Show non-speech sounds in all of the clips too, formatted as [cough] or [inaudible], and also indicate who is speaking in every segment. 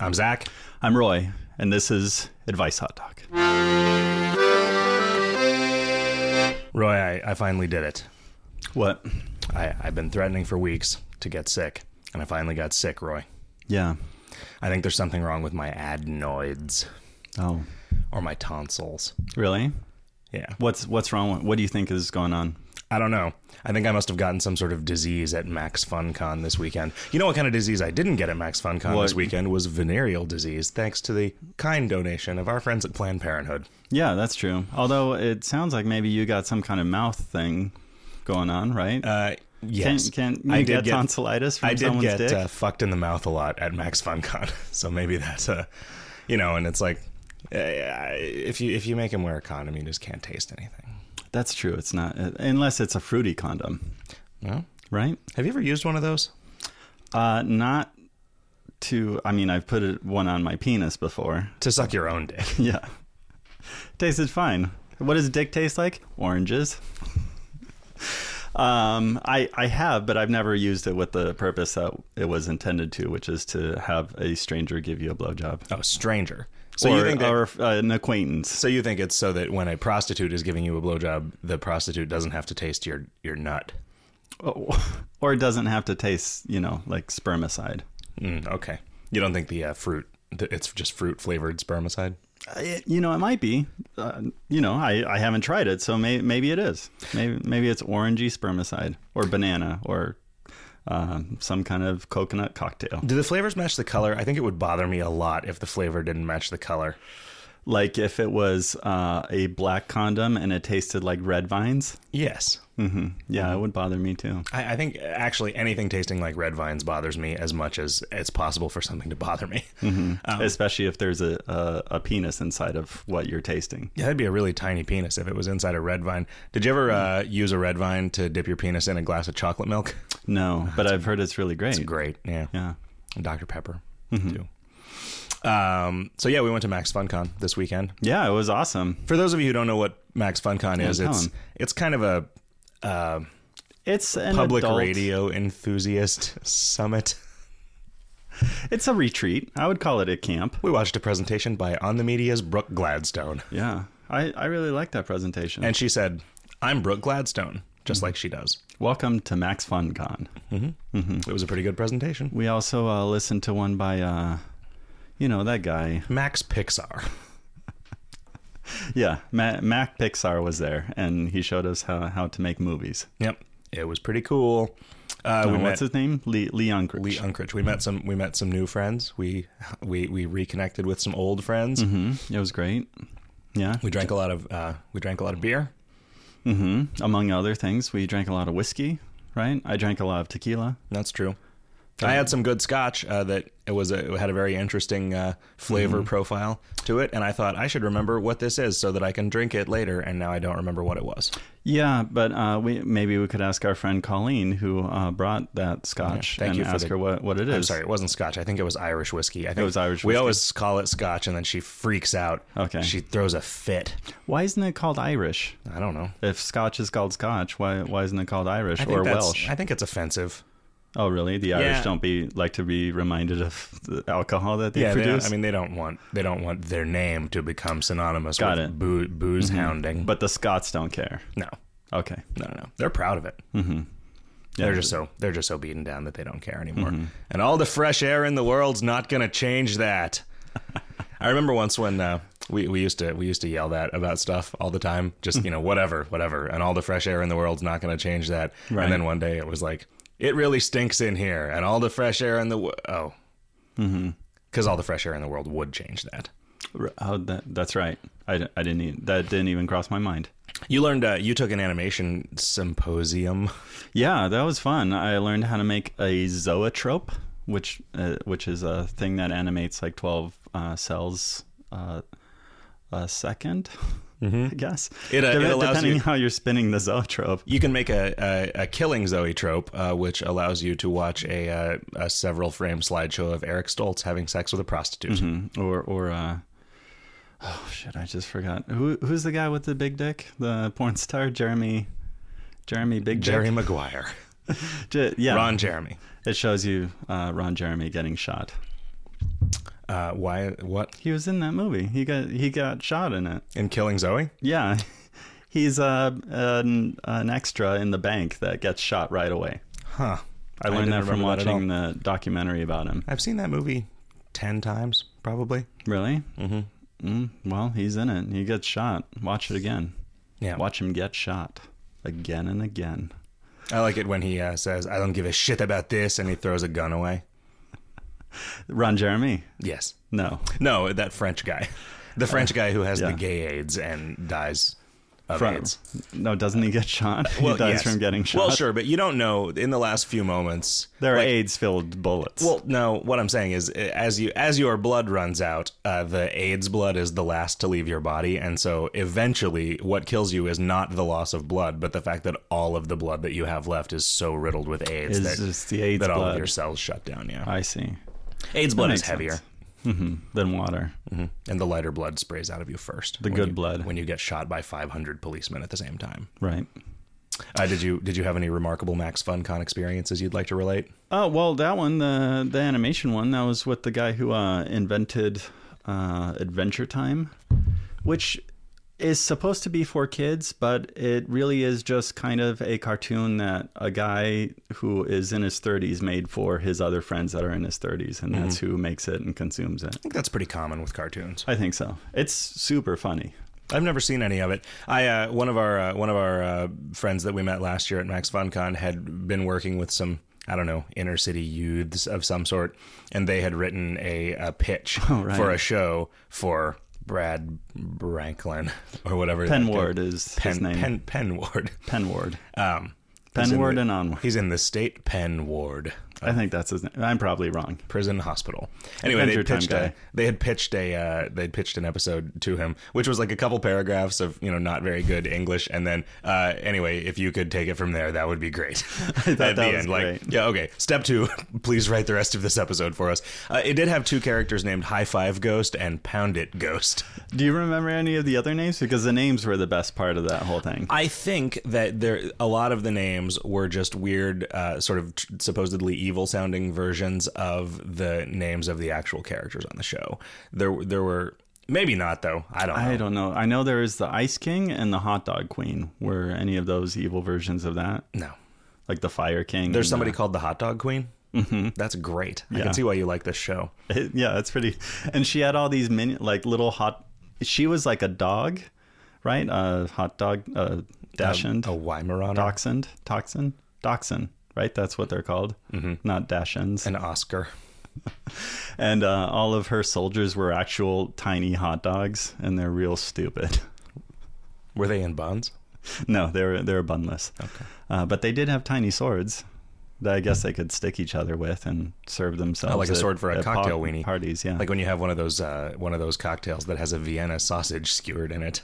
Speaker 1: I'm Zach.
Speaker 2: I'm Roy, and this is Advice Hot Dog.
Speaker 1: Roy, I, I finally did it.
Speaker 2: What?
Speaker 1: I, I've been threatening for weeks to get sick, and I finally got sick, Roy.
Speaker 2: Yeah.
Speaker 1: I think there's something wrong with my adenoids
Speaker 2: Oh,
Speaker 1: or my tonsils.
Speaker 2: really?
Speaker 1: Yeah.
Speaker 2: What's what's wrong? With, what do you think is going on?
Speaker 1: I don't know. I think I must have gotten some sort of disease at Max FunCon this weekend. You know what kind of disease I didn't get at Max FunCon
Speaker 2: What?
Speaker 1: this weekend was venereal disease, thanks to the kind donation of our friends at Planned Parenthood.
Speaker 2: Yeah, that's true. Although it sounds like maybe you got some kind of mouth thing going on, right?
Speaker 1: Uh, yes,
Speaker 2: Can, can you
Speaker 1: I
Speaker 2: get
Speaker 1: did get
Speaker 2: tonsillitis from
Speaker 1: I did
Speaker 2: someone's
Speaker 1: get
Speaker 2: dick?
Speaker 1: uh, fucked in the mouth a lot at Max FunCon, [laughs] so maybe that's a, you know, and it's like, uh, if you if you make him wear a condom, you just can't taste anything.
Speaker 2: that's true. It's not uh, unless it's a fruity condom,
Speaker 1: No,
Speaker 2: right?
Speaker 1: have you ever used one of those?
Speaker 2: Uh, not to. I mean, I've put it- one on my penis before.
Speaker 1: To suck your own dick.
Speaker 2: [laughs] Yeah, tasted fine. What does dick taste like? Oranges. [laughs] um, I I have, but I've never used it with the purpose that it was intended to, which is to have a stranger give you a blowjob.
Speaker 1: Oh, stranger. So
Speaker 2: or,
Speaker 1: you think that,
Speaker 2: or uh, an acquaintance?
Speaker 1: so you think it's so that when a prostitute is giving you a blowjob, the prostitute doesn't have to taste your your nut.
Speaker 2: [laughs] Or it doesn't have to taste, you know, like spermicide.
Speaker 1: Mm, okay, you don't think the uh, fruit, the, it's just fruit flavored spermicide.
Speaker 2: Uh, it- you know, it might be. Uh, you know, I, I haven't tried it, so may, maybe it is. Maybe maybe it's orangey spermicide or banana or um, some kind of coconut cocktail.
Speaker 1: Do the flavors match the color? I think it would bother me a lot if the flavor didn't match the color.
Speaker 2: Like if it was uh, a black condom and it tasted like red vines.
Speaker 1: Yes.
Speaker 2: hmm
Speaker 1: Mm-hmm.
Speaker 2: Yeah, it would bother me too.
Speaker 1: I, I think actually anything tasting like red vines bothers me as much as it's possible for something to bother me.
Speaker 2: Mm-hmm. Especially if there's a, a, a penis inside of what you're tasting.
Speaker 1: Yeah, [laughs] that'd be a really tiny penis if it was inside a red vine. Did you ever uh, use a red vine to dip your penis in a glass of chocolate milk?
Speaker 2: No,
Speaker 1: Ah,
Speaker 2: but I've heard it's really great.
Speaker 1: Great. Yeah.
Speaker 2: Yeah.
Speaker 1: And Dr. Pepper, too. Um, so, yeah, we went to Max FunCon this weekend.
Speaker 2: Yeah, it was awesome.
Speaker 1: For those of you who don't know what Max FunCon is,
Speaker 2: tell
Speaker 1: it's,
Speaker 2: 'em.
Speaker 1: it's kind of a uh,
Speaker 2: It's an
Speaker 1: public
Speaker 2: adult-
Speaker 1: radio enthusiast [laughs] summit.
Speaker 2: It's a retreat. I would call it a camp.
Speaker 1: We watched a presentation by On the Media's Brooke Gladstone.
Speaker 2: Yeah, I, I really like that presentation.
Speaker 1: And she said, I'm Brooke Gladstone, just like she does.
Speaker 2: Welcome to Max FunCon. Mm.
Speaker 1: It was a pretty good presentation.
Speaker 2: We also uh, listened to one by, uh, you know, that guy.
Speaker 1: Max Pixar.
Speaker 2: Yeah, Ma- Mac Pixar was there, and he showed us how, how to make movies.
Speaker 1: Yep. It was pretty cool. Uh, we
Speaker 2: Uh,
Speaker 1: met
Speaker 2: what's his Mm. name? Le- Leon Gritch.
Speaker 1: Lee Unkrich. We met some we met some new friends. We we we reconnected with some old friends.
Speaker 2: Mhm, It was great. Yeah.
Speaker 1: We drank a lot of uh, we drank a lot of beer.
Speaker 2: hmm Among other things, we drank a lot of whiskey, right? I drank a lot of tequila.
Speaker 1: That's true. I had some good scotch uh, that it was a, it had a very interesting uh, flavor
Speaker 2: Mm-hmm.
Speaker 1: profile to it, and I thought I should remember what this is so that I can drink it later. And now I don't remember what it was.
Speaker 2: Yeah, but uh, we maybe we could ask our friend Colleen who uh, brought that scotch
Speaker 1: thank
Speaker 2: and
Speaker 1: you for
Speaker 2: ask
Speaker 1: the-
Speaker 2: her what, what it is.
Speaker 1: I'm sorry, it wasn't scotch. I think it was Irish whiskey. I think it
Speaker 2: was Irish
Speaker 1: We
Speaker 2: whiskey.
Speaker 1: always call it scotch, and then she freaks out.
Speaker 2: Okay.
Speaker 1: She throws a fit.
Speaker 2: Why isn't it called Irish?
Speaker 1: I don't know.
Speaker 2: If Scotch is called Scotch, why why isn't it called Irish
Speaker 1: I think
Speaker 2: or
Speaker 1: that's-
Speaker 2: Welsh?
Speaker 1: I think it's offensive.
Speaker 2: Oh, really? The Irish
Speaker 1: Yeah.
Speaker 2: don't be like to be reminded of the alcohol that they
Speaker 1: Yeah, they don't-
Speaker 2: produce.
Speaker 1: I mean they don't want they don't want their name to become synonymous
Speaker 2: Got
Speaker 1: with
Speaker 2: it. Mm-hmm.
Speaker 1: boo, booze hounding.
Speaker 2: but the Scots don't care.
Speaker 1: no,
Speaker 2: Okay.
Speaker 1: no, no, no. They're proud of it. they're just so they're just so beaten down that they don't care anymore. And all the fresh air in the world's not going to change that. I remember once when uh, we we used to we used to yell that about stuff all the time. Just you know whatever whatever, and all the fresh air in the world's not going to change that.
Speaker 2: Right.
Speaker 1: And then one day it was like it really stinks in here, and all the fresh air in the wo- oh, because all the fresh air in the world would change that.
Speaker 2: R- Oh, that, that's right. I, d- I didn't. Even, that didn't even cross my mind.
Speaker 1: You learned uh, you took an animation symposium.
Speaker 2: Yeah, that was fun. I learned how to make a zoetrope, which uh, which is a thing that animates like twelve uh, cells uh, a 2nd [laughs] I guess.
Speaker 1: It, uh, it
Speaker 2: Dep-
Speaker 1: allows
Speaker 2: depending
Speaker 1: you-
Speaker 2: how you're spinning the zoetrope.
Speaker 1: You can make a, a, a killing Zoe trope, uh, which allows you to watch a, uh a several frame slideshow of Eric Stoltz having sex with a prostitute.
Speaker 2: Mm, or or uh oh shit i just forgot who who's the guy with the big dick the porn star jeremy jeremy big
Speaker 1: Jerry
Speaker 2: dick
Speaker 1: Maguire,
Speaker 2: J- yeah
Speaker 1: [laughs] Ron Jeremy.
Speaker 2: it shows you uh ron jeremy getting shot
Speaker 1: Uh, why? What?
Speaker 2: He was in that movie. He got he got shot in it.
Speaker 1: In Killing Zoe?
Speaker 2: Yeah, [laughs] he's uh, an, an extra in the bank that gets shot right away.
Speaker 1: Huh.
Speaker 2: I learned
Speaker 1: didn't
Speaker 2: that from
Speaker 1: remember at
Speaker 2: watching
Speaker 1: all.
Speaker 2: the documentary about him.
Speaker 1: I've seen that movie ten times, probably.
Speaker 2: Really? Mm-hmm. Mm, well, he's in it. He gets shot. Watch it again.
Speaker 1: Yeah.
Speaker 2: Watch him get shot again and again.
Speaker 1: I like it when he uh, says, "I don't give a shit about this," and he throws a gun away.
Speaker 2: Ron Jeremy?
Speaker 1: Yes.
Speaker 2: No.
Speaker 1: No, that French guy, [laughs] the French guy who has
Speaker 2: Uh, yeah.
Speaker 1: the gay AIDS and dies of
Speaker 2: From,
Speaker 1: AIDS.
Speaker 2: no, doesn't he get shot? he dies
Speaker 1: yes.
Speaker 2: from getting shot.
Speaker 1: Well, sure, but you don't know in the last few moments.
Speaker 2: There are
Speaker 1: like,
Speaker 2: AIDS-filled bullets.
Speaker 1: Well, no. What I'm saying is, uh, as you as your blood runs out, uh, the AIDS blood is the last to leave your body, and so eventually, what kills you is not the loss of blood, but the fact that all of the blood that you have left is so riddled with AIDS
Speaker 2: Is
Speaker 1: that,
Speaker 2: just the AIDS
Speaker 1: that all of
Speaker 2: blood.
Speaker 1: your cells shut down. Yeah,
Speaker 2: I see.
Speaker 1: AIDS blood is
Speaker 2: makes
Speaker 1: heavier,
Speaker 2: sense. hmm Than water.
Speaker 1: hmm and the lighter blood sprays out of you first.
Speaker 2: The
Speaker 1: when
Speaker 2: good
Speaker 1: you-
Speaker 2: blood.
Speaker 1: when you get shot by 500 policemen at the same time.
Speaker 2: Right.
Speaker 1: Uh, did you did you have any remarkable Max FunCon experiences you'd like to relate?
Speaker 2: Oh well, that one, the the animation one, that was with the guy who uh, invented uh, Adventure Time, which is supposed to be for kids, but it really is just kind of a cartoon that a guy who is in his 30s made for his other friends that are in his 30s, and that's who makes it and consumes it.
Speaker 1: I think that's pretty common with cartoons.
Speaker 2: I think so. It's super funny.
Speaker 1: I've never seen any of it. I uh, one of our uh, one of our uh, friends that we met last year at Max FunCon had been working with some I don't know inner city youths of some sort, and they had written a, a
Speaker 2: [laughs]
Speaker 1: pitch
Speaker 2: Oh, right.
Speaker 1: for a show for Brad Branklin or whatever that guy-
Speaker 2: Penward is his
Speaker 1: Pen,
Speaker 2: name.
Speaker 1: Pen Pen Ward. [laughs]
Speaker 2: Penward.
Speaker 1: Um, he's in
Speaker 2: Penward
Speaker 1: the-
Speaker 2: and onward.
Speaker 1: He's in the state Penn Ward.
Speaker 2: I think that's his name. I'm probably wrong.
Speaker 1: prison hospital. Anyway, they
Speaker 2: Adventure Time
Speaker 1: pitched
Speaker 2: guy.
Speaker 1: a, they had pitched a uh, they'd pitched an episode to him, which was like a couple paragraphs of you know not very good English, and then uh, anyway, if you could take it from there, that would be
Speaker 2: [laughs]
Speaker 1: great. At
Speaker 2: that
Speaker 1: the
Speaker 2: was
Speaker 1: end, like
Speaker 2: great.
Speaker 1: yeah, okay. Step two, [laughs] please write the rest of this episode for us. Uh, it did have two characters named High Five Ghost and Pound It Ghost.
Speaker 2: Do you remember any of the other names? Because the names were the best part of that whole thing.
Speaker 1: I think that there a lot of the names were just weird, uh, sort of tr- supposedly evil sounding versions of the names of the actual characters on the show. There, there were maybe not though. I don't. know.
Speaker 2: I don't know. I know there is the Ice King and the Hot Dog Queen. Were any of those evil versions of that?
Speaker 1: No,
Speaker 2: Like the Fire King.
Speaker 1: there's
Speaker 2: and
Speaker 1: somebody called the Hot Dog Queen. Mm-hmm. That's great. I
Speaker 2: Yeah.
Speaker 1: can see why you like this show.
Speaker 2: the- [laughs] yeah, that's pretty. [laughs] And she had all these mini, like little hot. She was like a dog, right? A hot dog, uh, dachshund,
Speaker 1: A Weimaraner,
Speaker 2: dachshund, toxin, dachshund. Right, that's what they're called, not dachshunds.
Speaker 1: an Oscar.
Speaker 2: And uh, all of her soldiers were actual tiny hot dogs, and they're real stupid. [laughs]
Speaker 1: Were they in bonds?
Speaker 2: No, they're they're bunless. Okay. Uh, but they did have tiny swords that I guess they could stick each other with and serve themselves.
Speaker 1: Oh, like a
Speaker 2: at-
Speaker 1: sword for a
Speaker 2: at
Speaker 1: cocktail
Speaker 2: par-
Speaker 1: weenie.
Speaker 2: parties. Yeah,
Speaker 1: Like when you have one of those uh, one of those cocktails that has a Vienna sausage skewered in it.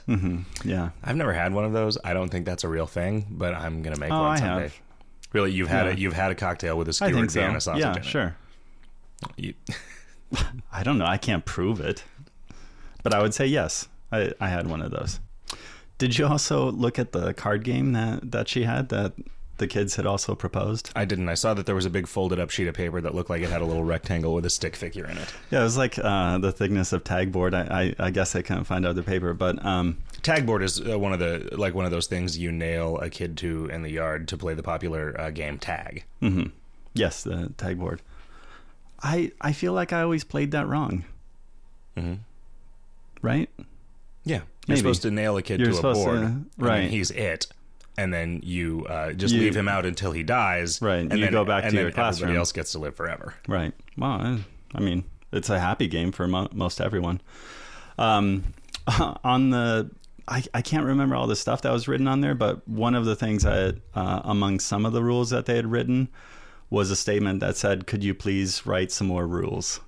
Speaker 2: yeah.
Speaker 1: I've never had one of those. I don't think that's a real thing, but I'm gonna make
Speaker 2: Oh,
Speaker 1: one
Speaker 2: I
Speaker 1: someday.
Speaker 2: have.
Speaker 1: Really, you've had
Speaker 2: Yeah.
Speaker 1: a, you've had a cocktail with a
Speaker 2: I
Speaker 1: skewered
Speaker 2: think so.
Speaker 1: Vienna sausage.
Speaker 2: yeah,
Speaker 1: in it.
Speaker 2: sure.
Speaker 1: You-
Speaker 2: I don't know. I can't prove it, but I would say yes. I I had one of those. Did you also look at the card game that that she had that the kids had also proposed?
Speaker 1: I didn't. I saw that there was a big folded up sheet of paper that looked like it had a little rectangle with a stick figure in it.
Speaker 2: Yeah, it was like uh, the thickness of tag board. I, I I guess I couldn't find out the paper, but um,
Speaker 1: Tagboard is uh, one of the like one of those things you nail a kid to in the yard to play the popular uh, game tag.
Speaker 2: Yes, the tag board. I I feel like I always played that wrong.
Speaker 1: Mm-hmm.
Speaker 2: Right?
Speaker 1: Yeah, you're
Speaker 2: Maybe.
Speaker 1: supposed to nail a kid
Speaker 2: You're
Speaker 1: to a
Speaker 2: supposed to-
Speaker 1: board, and then
Speaker 2: right.
Speaker 1: he's it, and then you uh, just
Speaker 2: You-
Speaker 1: leave him out until he dies.
Speaker 2: Right,
Speaker 1: and
Speaker 2: you
Speaker 1: then,
Speaker 2: go back
Speaker 1: and
Speaker 2: to
Speaker 1: then
Speaker 2: your classroom.
Speaker 1: Everybody else gets to live forever.
Speaker 2: Right. Well, I, I mean, it's a happy game for mo- most everyone. Um, [laughs] on the, I, I can't remember all the stuff that was written on there, but one of the things that, uh, among some of the rules that they had written, was a statement that said, "Could you please write some more rules?"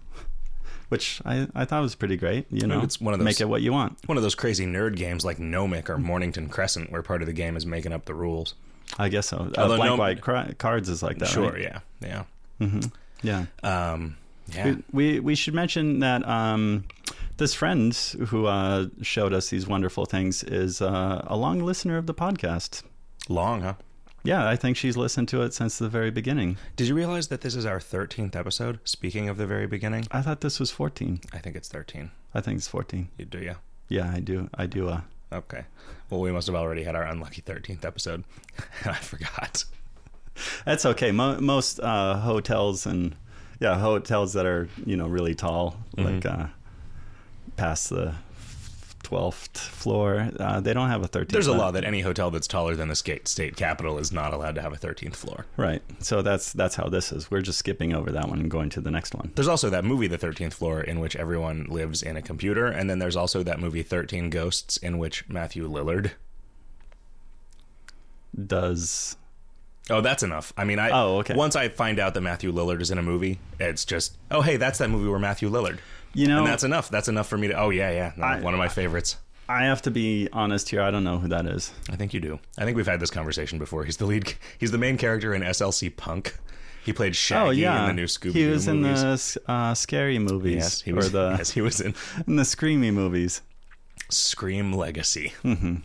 Speaker 2: [laughs] Which I, I thought was pretty great. You know,
Speaker 1: it's one of those-
Speaker 2: make it what you want.
Speaker 1: One of those crazy nerd games like Gnomic or Mornington Crescent, where part of the game is making up the rules.
Speaker 2: I guess so. Uh,
Speaker 1: Although
Speaker 2: blank
Speaker 1: no-
Speaker 2: white cri- cards is like that.
Speaker 1: Sure,
Speaker 2: right?
Speaker 1: yeah, yeah,
Speaker 2: Yeah.
Speaker 1: um, yeah.
Speaker 2: We, we we should mention that um, this friend who uh, showed us these wonderful things is uh, a long listener of the podcast.
Speaker 1: Long, huh?
Speaker 2: yeah, I think she's listened to it since the very beginning.
Speaker 1: Did you realize that this is our 13th episode? Speaking of the very beginning,
Speaker 2: I thought this was 14.
Speaker 1: I think it's 13.
Speaker 2: I think it's 14.
Speaker 1: You do, yeah?
Speaker 2: Yeah, I do. I do. Uh,
Speaker 1: Okay. Well, we must have already had our unlucky 13th episode. [laughs] I forgot.
Speaker 2: that's okay. Mo- most uh, hotels and yeah, hotels that are you know really tall,
Speaker 1: Mm-hmm.
Speaker 2: like uh, past the twelfth floor, uh, they don't have a thirteenth.
Speaker 1: There's a law that any hotel that's taller than the state, state capital is not allowed to have a 13th floor.
Speaker 2: right? So that's that's how this is. We're just skipping over that one and going to the next one.
Speaker 1: There's also that movie, The 13th Floor, in which everyone lives in a computer. And then there's also that movie, 13 Ghosts, in which Matthew Lillard.
Speaker 2: Does
Speaker 1: Oh, that's enough. I mean, I.
Speaker 2: Oh, okay.
Speaker 1: Once I find out that Matthew Lillard is in a movie, it's just, oh, hey, that's that movie where Matthew Lillard.
Speaker 2: you know?
Speaker 1: And that's enough. That's enough for me to. Oh, yeah, yeah. No,
Speaker 2: I-
Speaker 1: one of my favorites.
Speaker 2: I have to be honest here. I don't know who that is.
Speaker 1: I think you do. I think we've had this conversation before. He's the lead. [laughs] He's the main character in SLC Punk. He played Shaggy
Speaker 2: oh yeah,
Speaker 1: in the new Scooby
Speaker 2: he
Speaker 1: Doo
Speaker 2: was
Speaker 1: movies.
Speaker 2: in the uh, scary movies.
Speaker 1: yes, he was.
Speaker 2: Or the
Speaker 1: [laughs] yes, he was in
Speaker 2: in the screamy movies.
Speaker 1: Scream Legacy.
Speaker 2: Mm-hmm.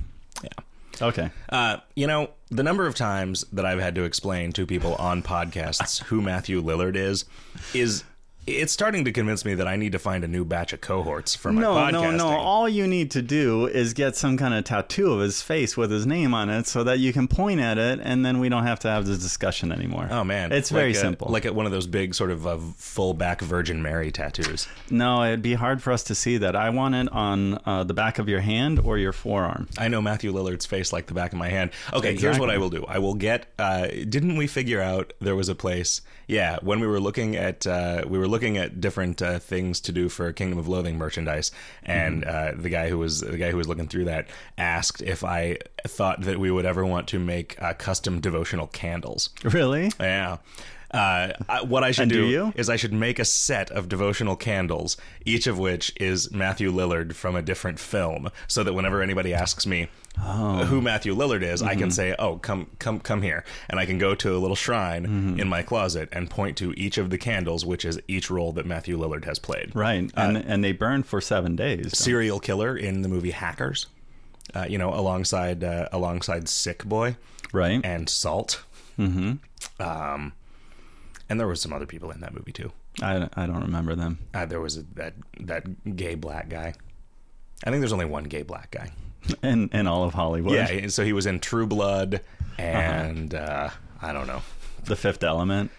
Speaker 2: Okay.
Speaker 1: Uh, you know, the number of times that I've had to explain to people on podcasts who Matthew Lillard is, is it's starting to convince me that I need to find a new batch of cohorts for my
Speaker 2: No,
Speaker 1: podcasting.
Speaker 2: no, no. All you need to do is get some kind of tattoo of his face with his name on it so that you can point at it and then we don't have to have this discussion anymore.
Speaker 1: Oh man,
Speaker 2: It's
Speaker 1: Like
Speaker 2: very
Speaker 1: a-
Speaker 2: simple.
Speaker 1: Like at one of those big sort of uh, full back Virgin Mary tattoos.
Speaker 2: no, it'd be hard for us to see that. I want it on uh, the back of your hand or your forearm.
Speaker 1: I know Matthew Lillard's face like the back of my hand. Okay, here's what I will do. I will get. Uh, didn't we figure out there was a place? Yeah, when we were looking at uh, we were looking at different uh, things to do for Kingdom of Loathing merchandise, and uh, the guy who was the guy who was looking through that asked if I thought that we would ever want to make uh, custom devotional candles.
Speaker 2: Really?
Speaker 1: Yeah. Uh, I- what I should
Speaker 2: And
Speaker 1: do,
Speaker 2: do you?
Speaker 1: is I should make a set of devotional candles, each of which is Matthew Lillard from a different film, so that whenever anybody asks me
Speaker 2: Oh.
Speaker 1: who Matthew Lillard is, I
Speaker 2: Mm-hmm.
Speaker 1: can say, "Oh, come, come, come here," and I can go to a little shrine
Speaker 2: Mm-hmm.
Speaker 1: in my closet and point to each of the candles, which is each role that Matthew Lillard has played.
Speaker 2: Right. and and they burn for 7 days.
Speaker 1: Serial killer in the movie Hackers, uh, you know, alongside uh, alongside Sick Boy
Speaker 2: Right.
Speaker 1: and Salt. Mm-hmm. Um, and there were some other people in that movie too.
Speaker 2: I I don't remember them. [laughs]
Speaker 1: Uh, there was a, that that gay black guy. I think there's only one gay black guy.
Speaker 2: In in all of Hollywood.
Speaker 1: Yeah, and so he was in True Blood, and uh I don't know. [laughs]
Speaker 2: The Fifth Element.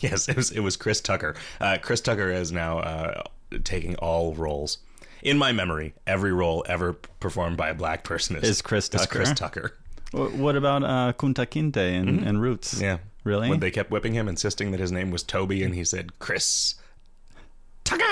Speaker 1: yes, it was it was Chris Tucker. Uh, Chris Tucker is now uh, taking all roles. In my memory, every role ever performed by a black person is,
Speaker 2: Is Chris
Speaker 1: is Chris
Speaker 2: Tucker.
Speaker 1: Tucker.
Speaker 2: Wh- What about uh, Kunta Kinte and, and Roots?
Speaker 1: Mm-hmm. Yeah.
Speaker 2: Really?
Speaker 1: When they kept whipping him, insisting that his name was Toby, and he said Chris
Speaker 2: [laughs]
Speaker 1: Tucker.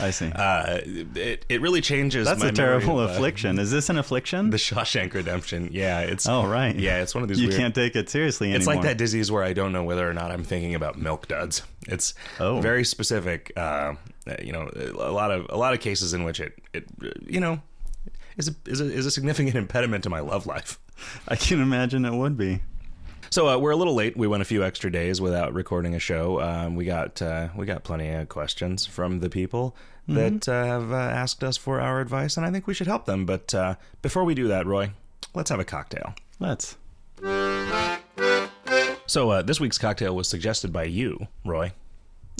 Speaker 2: I see.
Speaker 1: Uh, it, it really changes.
Speaker 2: That's
Speaker 1: my
Speaker 2: a terrible
Speaker 1: memory of, uh,
Speaker 2: affliction. Is this an affliction?
Speaker 1: The Shawshank Redemption. Yeah, it's.
Speaker 2: oh, right.
Speaker 1: Yeah, it's one of these.
Speaker 2: You
Speaker 1: weird,
Speaker 2: can't take it seriously
Speaker 1: It's
Speaker 2: anymore.
Speaker 1: like that disease where I don't know whether or not I'm thinking about milk duds. It's
Speaker 2: Oh.
Speaker 1: very specific. Uh, you know, a lot of a lot of cases in which it it uh, you know is a, is a, is a significant [laughs] impediment to my love life.
Speaker 2: I can imagine it would be.
Speaker 1: So uh, we're a little late. We went a few extra days without recording a show. Um, we got uh, we got plenty of questions from the people that uh, have uh, asked us for our advice, and I think we should help them. But uh, before we do that, Roy, let's have a cocktail.
Speaker 2: Let's.
Speaker 1: So uh, this week's cocktail was suggested by you, Roy.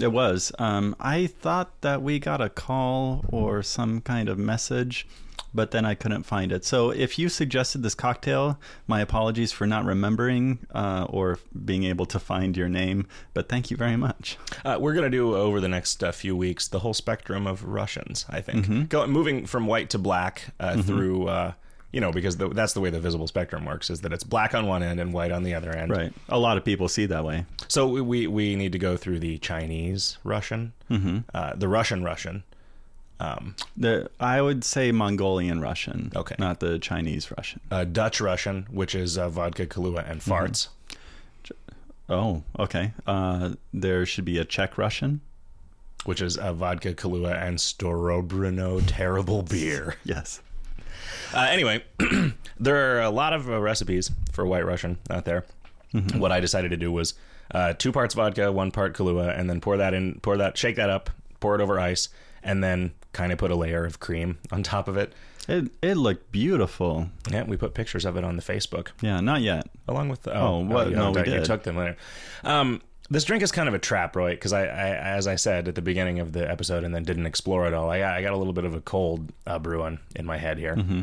Speaker 2: It was. Um, I thought that we got a call or some kind of message, but then I couldn't find it. So if you suggested this cocktail, my apologies for not remembering uh, or being able to find your name, but thank you very much.
Speaker 1: Uh, we're gonna do over the next uh, few weeks the whole spectrum of Russians. I think Go, moving from white to black uh, through. Uh, you know, because the, that's the way the visible spectrum works is that it's black on one end and white on the other end.
Speaker 2: Right. A lot of people see that way.
Speaker 1: So we, we, we need to go through the Chinese Russian, uh, the Russian Russian.
Speaker 2: The, I would say Mongolian Russian.
Speaker 1: Okay.
Speaker 2: Not the Chinese Russian.
Speaker 1: uh, Dutch Russian, which is uh, vodka, Kahlua, and farts.
Speaker 2: Oh, okay. Uh, there should be a Czech Russian.
Speaker 1: Which is uh, vodka, Kahlua, and Storobrino terrible beer.
Speaker 2: Yes.
Speaker 1: Uh, anyway, [clears throat] there are a lot of uh, recipes for White Russian out there. What I decided to do was uh, two parts vodka, one part Kahlua, and then pour that in, pour that, shake that up, pour it over ice, and then kind of put a layer of cream on top of it.
Speaker 2: It it looked beautiful.
Speaker 1: Yeah, we put pictures of it on the Facebook
Speaker 2: Yeah, not yet.
Speaker 1: along with the,
Speaker 2: Oh, what?
Speaker 1: you,
Speaker 2: No, we
Speaker 1: you
Speaker 2: did.
Speaker 1: took them later. Um, this drink is kind of a trap, right? Because I, I, as I said at the beginning of the episode, and then didn't explore it all. I, I got a little bit of a cold uh, brewing in my head here,
Speaker 2: Mm-hmm.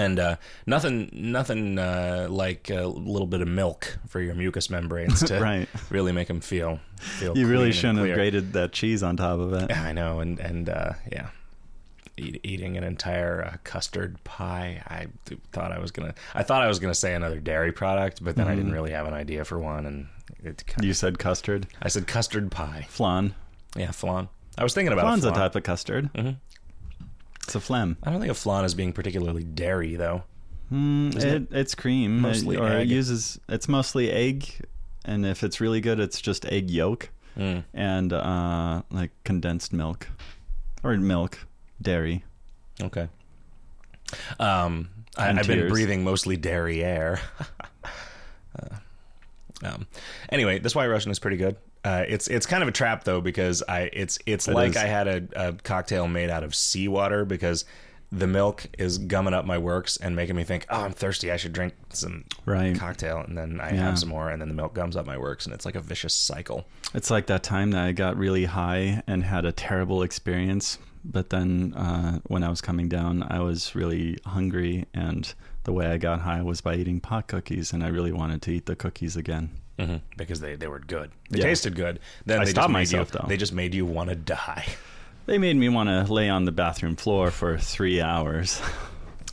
Speaker 1: and uh, nothing, nothing uh, like a little bit of milk for your mucous
Speaker 2: [laughs]
Speaker 1: membranes to
Speaker 2: Right.
Speaker 1: really make them feel. feel
Speaker 2: You
Speaker 1: clean
Speaker 2: really
Speaker 1: and
Speaker 2: shouldn't have
Speaker 1: clear.
Speaker 2: grated that cheese on top of it.
Speaker 1: I know, and and uh, yeah, Eat, eating an entire uh, custard pie. I th- thought I was gonna, I thought I was gonna say another dairy product, but then I
Speaker 2: Mm-hmm.
Speaker 1: didn't really have an idea for one, and it. Kind
Speaker 2: You said custard.
Speaker 1: I said custard pie.
Speaker 2: Flan.
Speaker 1: Yeah, flan. I was thinking about
Speaker 2: Flan's
Speaker 1: a
Speaker 2: a
Speaker 1: Uh, flan. Mm-hmm.
Speaker 2: type of custard. It's a phlegm.
Speaker 1: I don't think of flan as being particularly dairy, though.
Speaker 2: Mm,
Speaker 1: Isn't
Speaker 2: it, it's cream.
Speaker 1: mostly
Speaker 2: it, or
Speaker 1: egg?
Speaker 2: it uses it's mostly egg, and if it's really good, it's just egg yolk
Speaker 1: Hmm.
Speaker 2: and uh, like condensed milk, or milk, dairy.
Speaker 1: Okay. Um, I,
Speaker 2: And
Speaker 1: I've been
Speaker 2: tears.
Speaker 1: breathing mostly dairy air. [laughs] Uh, um, anyway, this white Russian is pretty good. Uh, it's it's kind of a trap though because I it's it's
Speaker 2: It
Speaker 1: like
Speaker 2: is.
Speaker 1: I had a, a cocktail made out of seawater because the milk is gumming up my works and making me think oh I'm thirsty I should drink some
Speaker 2: Right.
Speaker 1: cocktail and then I
Speaker 2: Yeah.
Speaker 1: have some more and then the milk gums up my works and it's like a vicious cycle.
Speaker 2: It's like that time that I got really high and had a terrible experience. But then uh, when I was coming down, I was really hungry, and the way I got high was by eating pot cookies, and I really wanted to eat the cookies again.
Speaker 1: Mm-hmm. Because they, they were good. They
Speaker 2: Yeah.
Speaker 1: tasted good. Then
Speaker 2: I
Speaker 1: they just
Speaker 2: stopped
Speaker 1: made
Speaker 2: myself,
Speaker 1: you,
Speaker 2: though.
Speaker 1: They just made you want to die.
Speaker 2: They made me want to lay on the bathroom floor for three hours. [laughs]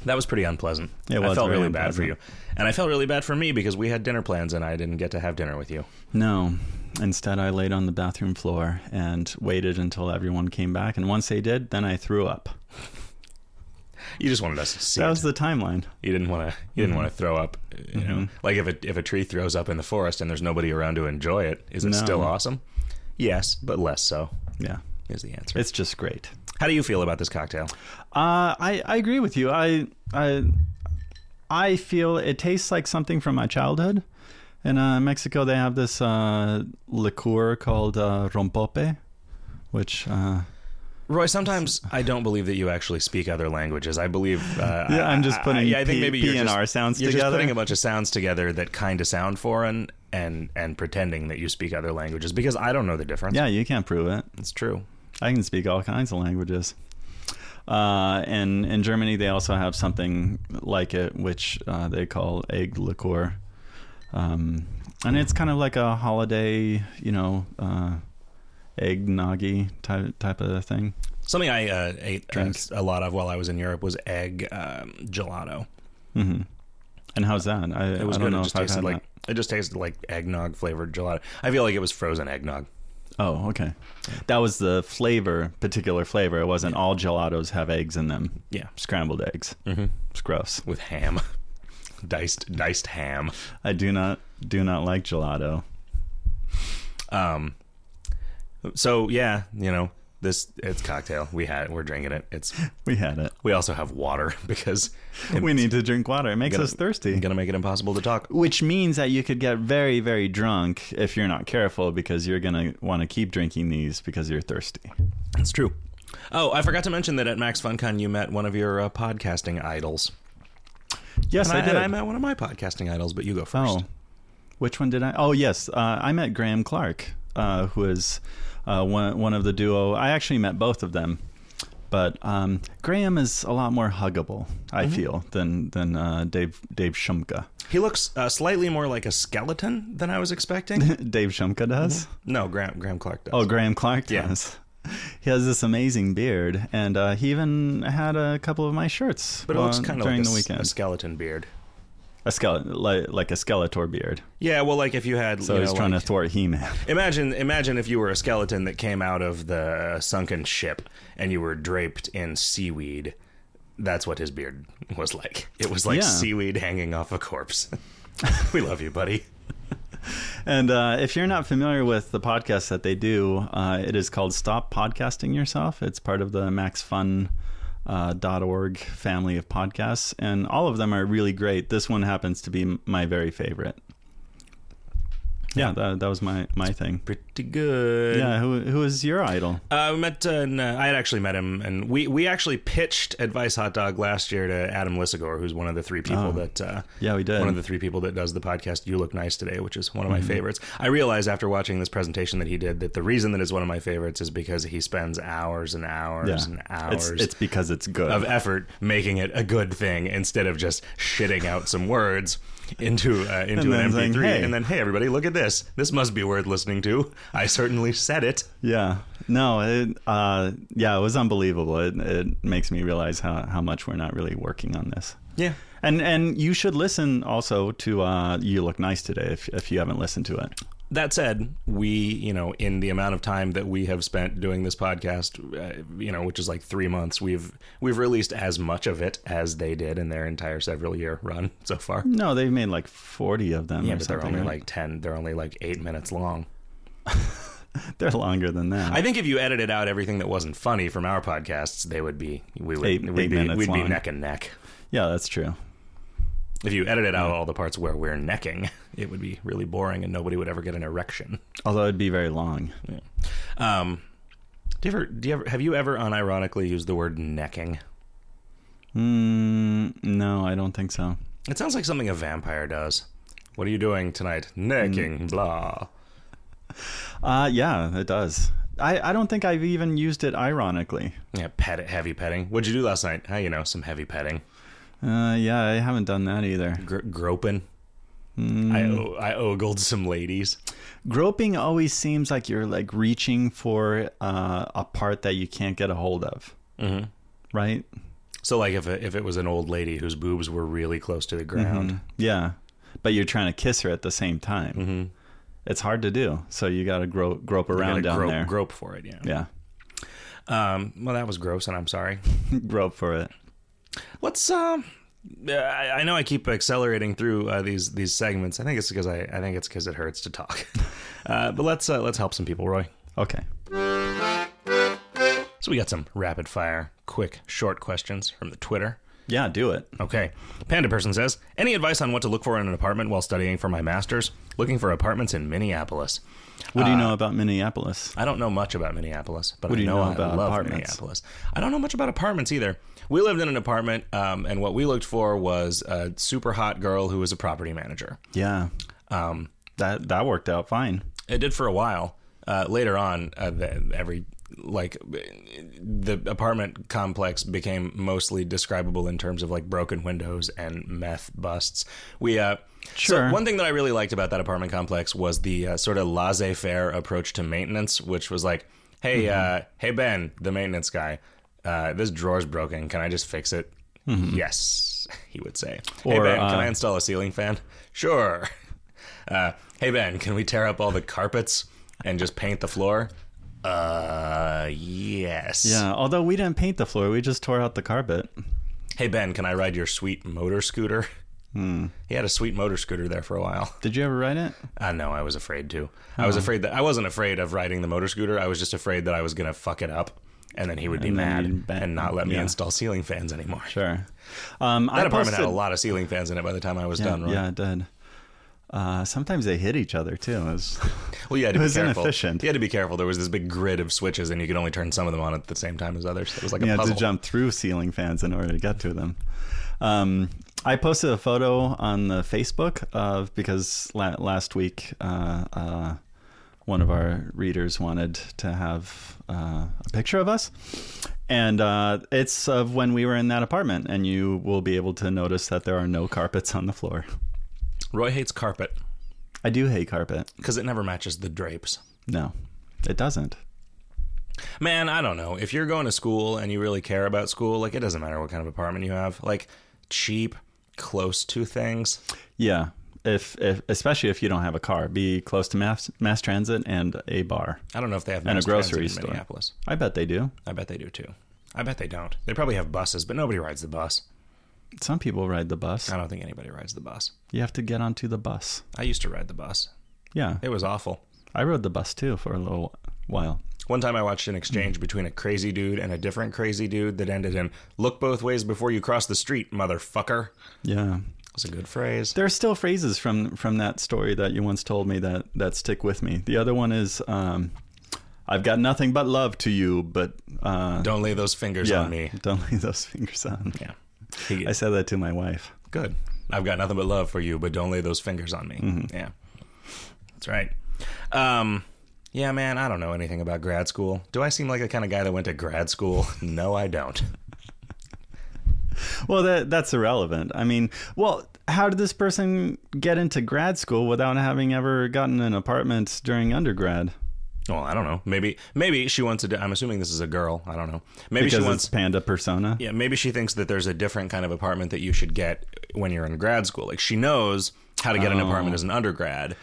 Speaker 1: That was pretty unpleasant.
Speaker 2: It was
Speaker 1: I felt
Speaker 2: very
Speaker 1: really bad for you.
Speaker 2: unpleasant.
Speaker 1: And I felt really bad for me because we had dinner plans and I didn't get to have dinner with you.
Speaker 2: No. Instead, I laid on the bathroom floor and waited until everyone came back. And once they did, then I threw up.
Speaker 1: You just wanted us to see.
Speaker 2: That
Speaker 1: it.
Speaker 2: was the Mm-hmm. timeline.
Speaker 1: you didn't want to. You didn't want to throw up. You know, like if a if a tree throws up in the forest and there's nobody around to enjoy it, is it
Speaker 2: No.
Speaker 1: still awesome? Yes, but less so
Speaker 2: Yeah.
Speaker 1: is the answer.
Speaker 2: It's just great.
Speaker 1: How do you feel about this cocktail?
Speaker 2: Uh, I, I agree with you. I, I, I feel it tastes like something from my childhood. In uh, Mexico, they have this uh, liqueur called uh, rompope, which uh,
Speaker 1: Roy, sometimes I don't believe that you actually speak other languages. I believe. Uh,
Speaker 2: [laughs] Yeah, I'm just
Speaker 1: I-
Speaker 2: putting
Speaker 1: I, I think
Speaker 2: P-
Speaker 1: maybe
Speaker 2: P
Speaker 1: you're
Speaker 2: and
Speaker 1: just-
Speaker 2: R sounds
Speaker 1: you're Just
Speaker 2: together.
Speaker 1: putting a bunch of sounds together that kind of sound foreign and and pretending that you speak other languages because I don't know the difference.
Speaker 2: yeah, you can't prove it.
Speaker 1: it's true.
Speaker 2: I can speak all kinds of languages. Uh, and in Germany, they also have something like it, which uh, they call egg liqueur. Um, and it's kind of like a holiday, you know, uh, eggnoggy type, type of thing.
Speaker 1: Something I uh, ate uh,
Speaker 2: Drink.
Speaker 1: a lot of while I was in Europe was egg um, gelato.
Speaker 2: hmm And how's that? I,
Speaker 1: It was
Speaker 2: I
Speaker 1: good.
Speaker 2: don't know
Speaker 1: it
Speaker 2: if
Speaker 1: just
Speaker 2: I've
Speaker 1: tasted
Speaker 2: had
Speaker 1: like it just tasted like eggnog flavored gelato. I feel like it was frozen eggnog.
Speaker 2: that. Oh, okay. That was the flavor, particular flavor. It wasn't all gelatos have eggs in them.
Speaker 1: Yeah,
Speaker 2: Scrambled eggs.
Speaker 1: Mhm.
Speaker 2: It's gross.
Speaker 1: with ham, [laughs] diced diced ham.
Speaker 2: I do not do not like gelato.
Speaker 1: Um, so yeah, you know this it's cocktail. We had we're drinking it. It's
Speaker 2: We had it.
Speaker 1: we also have water [laughs] because it's [laughs]
Speaker 2: [laughs] We need to drink water. It makes
Speaker 1: Gonna-
Speaker 2: us thirsty.
Speaker 1: gonna make it impossible to talk.
Speaker 2: Which means that you could get very, very drunk if you're not careful because you're going to want to keep drinking these because you're thirsty.
Speaker 1: It's true. Oh, I forgot to mention that at Max FunCon you met one of your uh, podcasting idols.
Speaker 2: Yes,
Speaker 1: And
Speaker 2: I,
Speaker 1: I,
Speaker 2: did.
Speaker 1: and I met one of my podcasting idols, but you go first.
Speaker 2: oh, which one did I? Oh, yes. Uh, I met Graham Clark, uh, who is uh, one, one of the duo. I actually met both of them. But um, Graham is a lot more huggable, I feel, than than uh, Dave Dave Shumka. [laughs]
Speaker 1: He looks uh, slightly more like a skeleton than I was
Speaker 2: [laughs]
Speaker 1: expecting.
Speaker 2: Dave Shumka does.
Speaker 1: no, Graham Graham Clark does.
Speaker 2: Oh, Graham Clark
Speaker 1: Yeah.
Speaker 2: does. He has this amazing beard, and uh, he even had a couple of my shirts.
Speaker 1: but it looks
Speaker 2: uh,
Speaker 1: kind of
Speaker 2: during
Speaker 1: like a,
Speaker 2: the
Speaker 1: s-
Speaker 2: weekend.
Speaker 1: a skeleton beard.
Speaker 2: a skele- like, like a Skeletor beard.
Speaker 1: Yeah, well, like if you had
Speaker 2: So
Speaker 1: you
Speaker 2: he's
Speaker 1: know,
Speaker 2: trying
Speaker 1: like-
Speaker 2: to thwart He-Man. [laughs]
Speaker 1: Imagine, imagine if you were a skeleton that came out of the uh, sunken ship and you were draped in seaweed. That's what his beard was like. It was like
Speaker 2: Yeah.
Speaker 1: seaweed hanging off a corpse. [laughs] we love you, buddy.
Speaker 2: And uh, if you're not familiar with the podcast that they do, uh, it is called "Stop Podcasting Yourself." It's part of the MaxFun. Uh, .org family of podcasts and all of them are really great this one happens to be m- my very favorite yeah that, that was my my thing
Speaker 1: Pretty pretty good.
Speaker 2: Yeah, who who is your idol?
Speaker 1: Uh, we met, uh, and, uh, I had actually met him, and we, we actually pitched Advice Hot Dog last year to Adam Lissigore, who's one of the three people
Speaker 2: Oh.
Speaker 1: that uh,
Speaker 2: Yeah, we did.
Speaker 1: one of the three people that does the podcast. You look nice today, which is one of
Speaker 2: Mm-hmm.
Speaker 1: my favorites. I realized after watching this presentation that he did that the reason that it's one of my favorites is because he spends hours and hours
Speaker 2: yeah.
Speaker 1: and hours.
Speaker 2: It's, it's because it's good.
Speaker 1: of effort making it a good thing instead of just shitting out some words into uh, into
Speaker 2: then
Speaker 1: an MP3
Speaker 2: saying, "Hey."
Speaker 1: and then hey everybody look at this this must be worth listening to I certainly said it
Speaker 2: yeah. No, it, uh, yeah, it was unbelievable. It, it makes me realize how, how much we're not really working on this.
Speaker 1: yeah
Speaker 2: And and you should listen also to uh, You Look Nice Today if, if you haven't listened to it.
Speaker 1: that said we you know in the amount of time that we have spent doing this podcast uh, you know which is like 3 months we've we've released as much of it as they did in their entire several year run so far
Speaker 2: No, they've made like 40 of them.
Speaker 1: yeah
Speaker 2: or
Speaker 1: but they're
Speaker 2: something,
Speaker 1: only
Speaker 2: right?
Speaker 1: like 10 they're only like 8 minutes long
Speaker 2: They're longer than that.
Speaker 1: I think if you edited out everything that wasn't funny from our podcasts, they would be we would
Speaker 2: Eight-
Speaker 1: we'd,
Speaker 2: eight
Speaker 1: be,
Speaker 2: minutes
Speaker 1: we'd be
Speaker 2: long.
Speaker 1: neck and neck.
Speaker 2: yeah, that's true.
Speaker 1: If you edited out all the parts where we're necking, [laughs] it would be really boring and nobody would ever get an erection.
Speaker 2: Although it'd be very long.
Speaker 1: Um, do you ever do you ever have you ever unironically used the word necking?
Speaker 2: Mm, no, I don't think so.
Speaker 1: It sounds like something a vampire does. What are you doing tonight?
Speaker 2: Mm.
Speaker 1: Necking, blah.
Speaker 2: Uh, yeah, it does. I, I don't think I've even used it ironically.
Speaker 1: Yeah, pet it, heavy petting. What'd you do last night? Ah, you know, some heavy petting,
Speaker 2: Uh, yeah, I haven't done that either.
Speaker 1: Gr- groping.
Speaker 2: Mm.
Speaker 1: I I ogled some ladies.
Speaker 2: Groping always seems like you're like reaching for uh, a part that you can't get a hold of,
Speaker 1: Mm-hmm.
Speaker 2: right?
Speaker 1: So like if it, if it was an old lady whose boobs were really close to the
Speaker 2: Mm-hmm.
Speaker 1: ground.
Speaker 2: Yeah, but you're trying to kiss her at the same time.
Speaker 1: Mhm.
Speaker 2: It's hard to do, so you got to grope grope
Speaker 1: you gotta
Speaker 2: around down
Speaker 1: grope,
Speaker 2: there.
Speaker 1: grope for it, yeah.
Speaker 2: Yeah, [laughs]
Speaker 1: Um, well, that was gross, and I'm sorry.
Speaker 2: grope for it.
Speaker 1: Let's. Um, I, I know I keep accelerating through uh, these these segments. I think it's because I, I think it's because it hurts to talk. [laughs] Uh, but let's uh, let's help some people, Roy.
Speaker 2: Okay.
Speaker 1: So we got some rapid fire, quick, short questions from the Twitter.
Speaker 2: Yeah, do it.
Speaker 1: Okay. Panda person says, any advice on what to look for in an apartment while studying for my master's? Looking for apartments in Minneapolis.
Speaker 2: What do
Speaker 1: Uh,
Speaker 2: you know about Minneapolis?
Speaker 1: I don't know much about Minneapolis, but
Speaker 2: do
Speaker 1: I
Speaker 2: you
Speaker 1: know,
Speaker 2: know
Speaker 1: I
Speaker 2: about
Speaker 1: love
Speaker 2: apartments?
Speaker 1: Minneapolis. I don't know much about apartments either. We lived in an apartment, um, and what we looked for was a super hot girl who was a property manager.
Speaker 2: Yeah,
Speaker 1: Um,
Speaker 2: that that worked out fine.
Speaker 1: it did for a while. Uh, later on, uh, the, every like the apartment complex became mostly describable in terms of like broken windows and meth busts. We uh,
Speaker 2: Sure.
Speaker 1: So one thing that I really liked about that apartment complex was the uh, sort of laissez-faire approach to maintenance, which was like, "Hey,
Speaker 2: Mm-hmm.
Speaker 1: uh, hey Ben, the maintenance guy, uh, this drawer's broken. Can I just fix it?" Yes, [laughs] he would say. hey
Speaker 2: Mm-hmm. Or,
Speaker 1: Ben, can
Speaker 2: uh,
Speaker 1: I install a ceiling fan? Sure. [laughs] Uh, hey Ben, can we tear up all the carpets and just paint the floor? Uh, yes.
Speaker 2: Yeah, although we didn't paint the floor, we just tore out the carpet.
Speaker 1: Hey Ben, can I ride your sweet motor scooter?
Speaker 2: Hmm.
Speaker 1: He had a sweet motor scooter there for a while. [laughs]
Speaker 2: Did you ever write it?
Speaker 1: Uh, no, I was afraid to. I
Speaker 2: Uh-huh.
Speaker 1: was afraid that I wasn't afraid of riding the motor scooter. I was just afraid that I was gonna fuck it up, and then he would be
Speaker 2: And then
Speaker 1: mad
Speaker 2: you'd ban-
Speaker 1: and not let me
Speaker 2: yeah.
Speaker 1: install ceiling fans anymore.
Speaker 2: Sure. Um,
Speaker 1: That
Speaker 2: I
Speaker 1: apartment had
Speaker 2: posted-
Speaker 1: a lot of ceiling fans in it by the time I was done. Right?
Speaker 2: Yeah, it did. Uh, sometimes they hit each other too. It
Speaker 1: [laughs]
Speaker 2: was-
Speaker 1: Well, you had to
Speaker 2: It
Speaker 1: be
Speaker 2: was
Speaker 1: careful.
Speaker 2: inefficient.
Speaker 1: You had to be careful. There was this big grid of switches, and you could only turn some of them on at the same time as others. It was like a
Speaker 2: you had to
Speaker 1: puzzle.
Speaker 2: jump through ceiling fans in order to get to them. Um, I posted a photo on the Facebook of because la- last week uh, uh, one of our readers wanted to have uh, a picture of us, and uh, it's of when we were in that apartment. And you will be able to notice that there are no carpets on the floor.
Speaker 1: Roy hates carpet
Speaker 2: I do hate carpet.
Speaker 1: because it never matches the drapes.
Speaker 2: No, it doesn't.
Speaker 1: Man, I don't know. If you're going to school and you really care about school, like it doesn't matter what kind of apartment you have. Like cheap, close to things.
Speaker 2: Yeah. If, if especially if you don't have a car, be close to mass mass transit and a bar.
Speaker 1: I don't know if they have
Speaker 2: And a
Speaker 1: mass transit
Speaker 2: grocery
Speaker 1: in
Speaker 2: store.
Speaker 1: Minneapolis.
Speaker 2: I bet they do.
Speaker 1: I bet they do too. I bet they don't. They probably have buses, but nobody rides the bus.
Speaker 2: Some people ride the bus.
Speaker 1: I don't think anybody rides the bus.
Speaker 2: You have to get onto the bus.
Speaker 1: I used to ride the bus.
Speaker 2: Yeah.
Speaker 1: It was awful.
Speaker 2: I rode the bus too for a little while.
Speaker 1: One time I watched an
Speaker 2: Mm-hmm.
Speaker 1: exchange between a crazy dude and a different crazy dude that ended in "Look both ways before you cross the street, motherfucker."
Speaker 2: Yeah.
Speaker 1: That's a good phrase.
Speaker 2: There are still phrases from from that story that you once told me that that stick with me. The other one is, um, "I've got nothing but love to you, but uh,
Speaker 1: Don't lay those fingers
Speaker 2: yeah,
Speaker 1: on me.
Speaker 2: don't [laughs] lay those fingers on."
Speaker 1: Yeah.
Speaker 2: I said that to my wife.
Speaker 1: Good. I've got nothing but love for you, but don't lay those fingers on me.
Speaker 2: Mm-hmm.
Speaker 1: Yeah. That's right. Um, yeah, man, I don't know anything about grad school. Do I seem like the kind of guy that went to grad school? [laughs] No, I don't.
Speaker 2: Well, that that's irrelevant. I mean, well, how did this person get into grad school without having ever gotten an apartment during undergrad?
Speaker 1: Well, I don't know. Maybe maybe she wants to do, I'm assuming this is a girl. I don't know. Maybe
Speaker 2: Because
Speaker 1: she wants
Speaker 2: it's panda persona.
Speaker 1: Yeah, maybe she thinks that there's a different kind of apartment that you should get when you're in grad school. Like she knows how to get
Speaker 2: Oh.
Speaker 1: an apartment as an undergrad.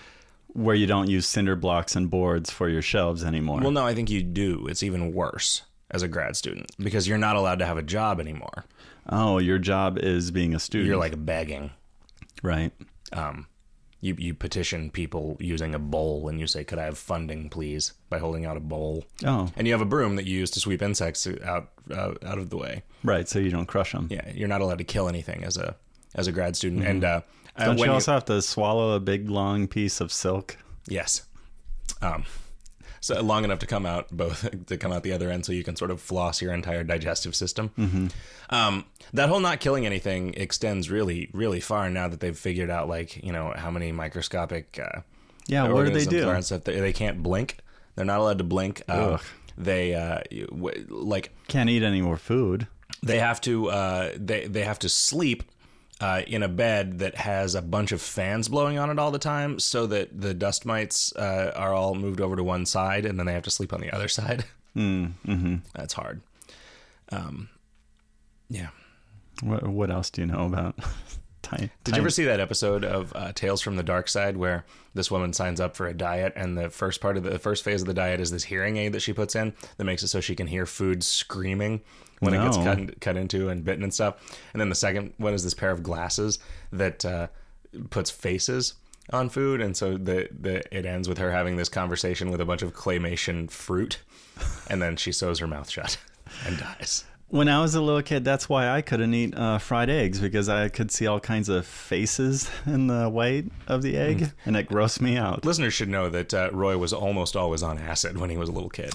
Speaker 2: where you don't use cinder blocks and boards for your shelves anymore.
Speaker 1: Well, no, I think you do. It's even worse as a grad student because you're not allowed to have a job anymore.
Speaker 2: oh, your job is being a student.
Speaker 1: You're like begging.
Speaker 2: right.
Speaker 1: Um, you you petition people using a bowl and you say, "Could I have funding, please?" by holding out a bowl.
Speaker 2: Oh,
Speaker 1: And you have a broom that you use to sweep insects out uh, out of the way.
Speaker 2: right. So you don't crush them.
Speaker 1: Yeah, you're not allowed to kill anything as a as a grad student. And uh, uh,
Speaker 2: Don't
Speaker 1: when
Speaker 2: you
Speaker 1: you-
Speaker 2: also have to swallow a big long piece of silk?
Speaker 1: Yes. Um, so long enough to come out both [laughs] to come out the other end, so you can sort of floss your entire digestive system.
Speaker 2: Mm-hmm.
Speaker 1: Um, that whole not killing anything extends really, really far now that they've figured out like you know how many microscopic uh,
Speaker 2: Yeah. What do they
Speaker 1: organisms
Speaker 2: do?
Speaker 1: are and stuff. They, they can't blink. They're not allowed to blink. Uh, they uh, you- w- like
Speaker 2: Can't eat any more food.
Speaker 1: they have to uh, they they have to sleep uh, in a bed that has a bunch of fans blowing on it all the time, so that the dust mites uh, are all moved over to one side, and then they have to sleep on the other side. Mm, mm-hmm. That's hard. Um, yeah.
Speaker 2: What, what else do you know about? [laughs] Ti-
Speaker 1: Did you ever see that episode of uh, Tales from the Dark Side where this woman signs up for a diet, and the first part of the, the first phase of the diet is this hearing aid that she puts in that makes it so she can hear food screaming when it gets
Speaker 2: No.
Speaker 1: cut in- cut into and bitten and stuff. And then the second one is this pair of glasses that uh, puts faces on food, and so the, the it ends with her having this conversation with a bunch of claymation fruit, and then she sews her mouth shut and dies.
Speaker 2: When I was a little kid, that's why I couldn't eat uh, fried eggs because I could see all kinds of faces [laughs] in the white of the egg, and it grossed me out.
Speaker 1: Listeners should know that uh, Roy was almost always on acid when he was a little kid.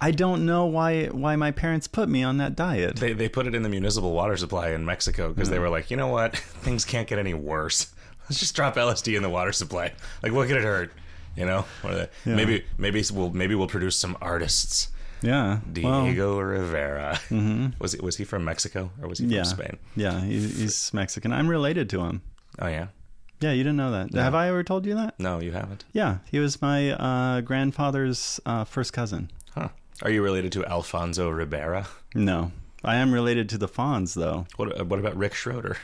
Speaker 2: I don't know why why my parents put me on that diet.
Speaker 1: They, they put it in the municipal water supply in Mexico because they were like, you know what? [laughs] Things can't get any worse. [laughs] Let's just drop LSD in the water supply. Like, what could it hurt? You know, Or the- maybe maybe we'll maybe we'll produce some artists.
Speaker 2: Yeah. well,
Speaker 1: Diego Rivera [laughs] was he, was he from Mexico or was he
Speaker 2: yeah.
Speaker 1: from Spain?
Speaker 2: Yeah, he, he's Mexican. I'm related to him.
Speaker 1: Oh yeah,
Speaker 2: Yeah, you didn't know that. Have I ever told you that?
Speaker 1: no, you haven't.
Speaker 2: Yeah, he was my uh, grandfather's uh, first cousin.
Speaker 1: Huh? Are you related to Alfonso Rivera?
Speaker 2: No. I am related to the Fawns, though. [laughs]
Speaker 1: What uh, what about Rick Schroeder?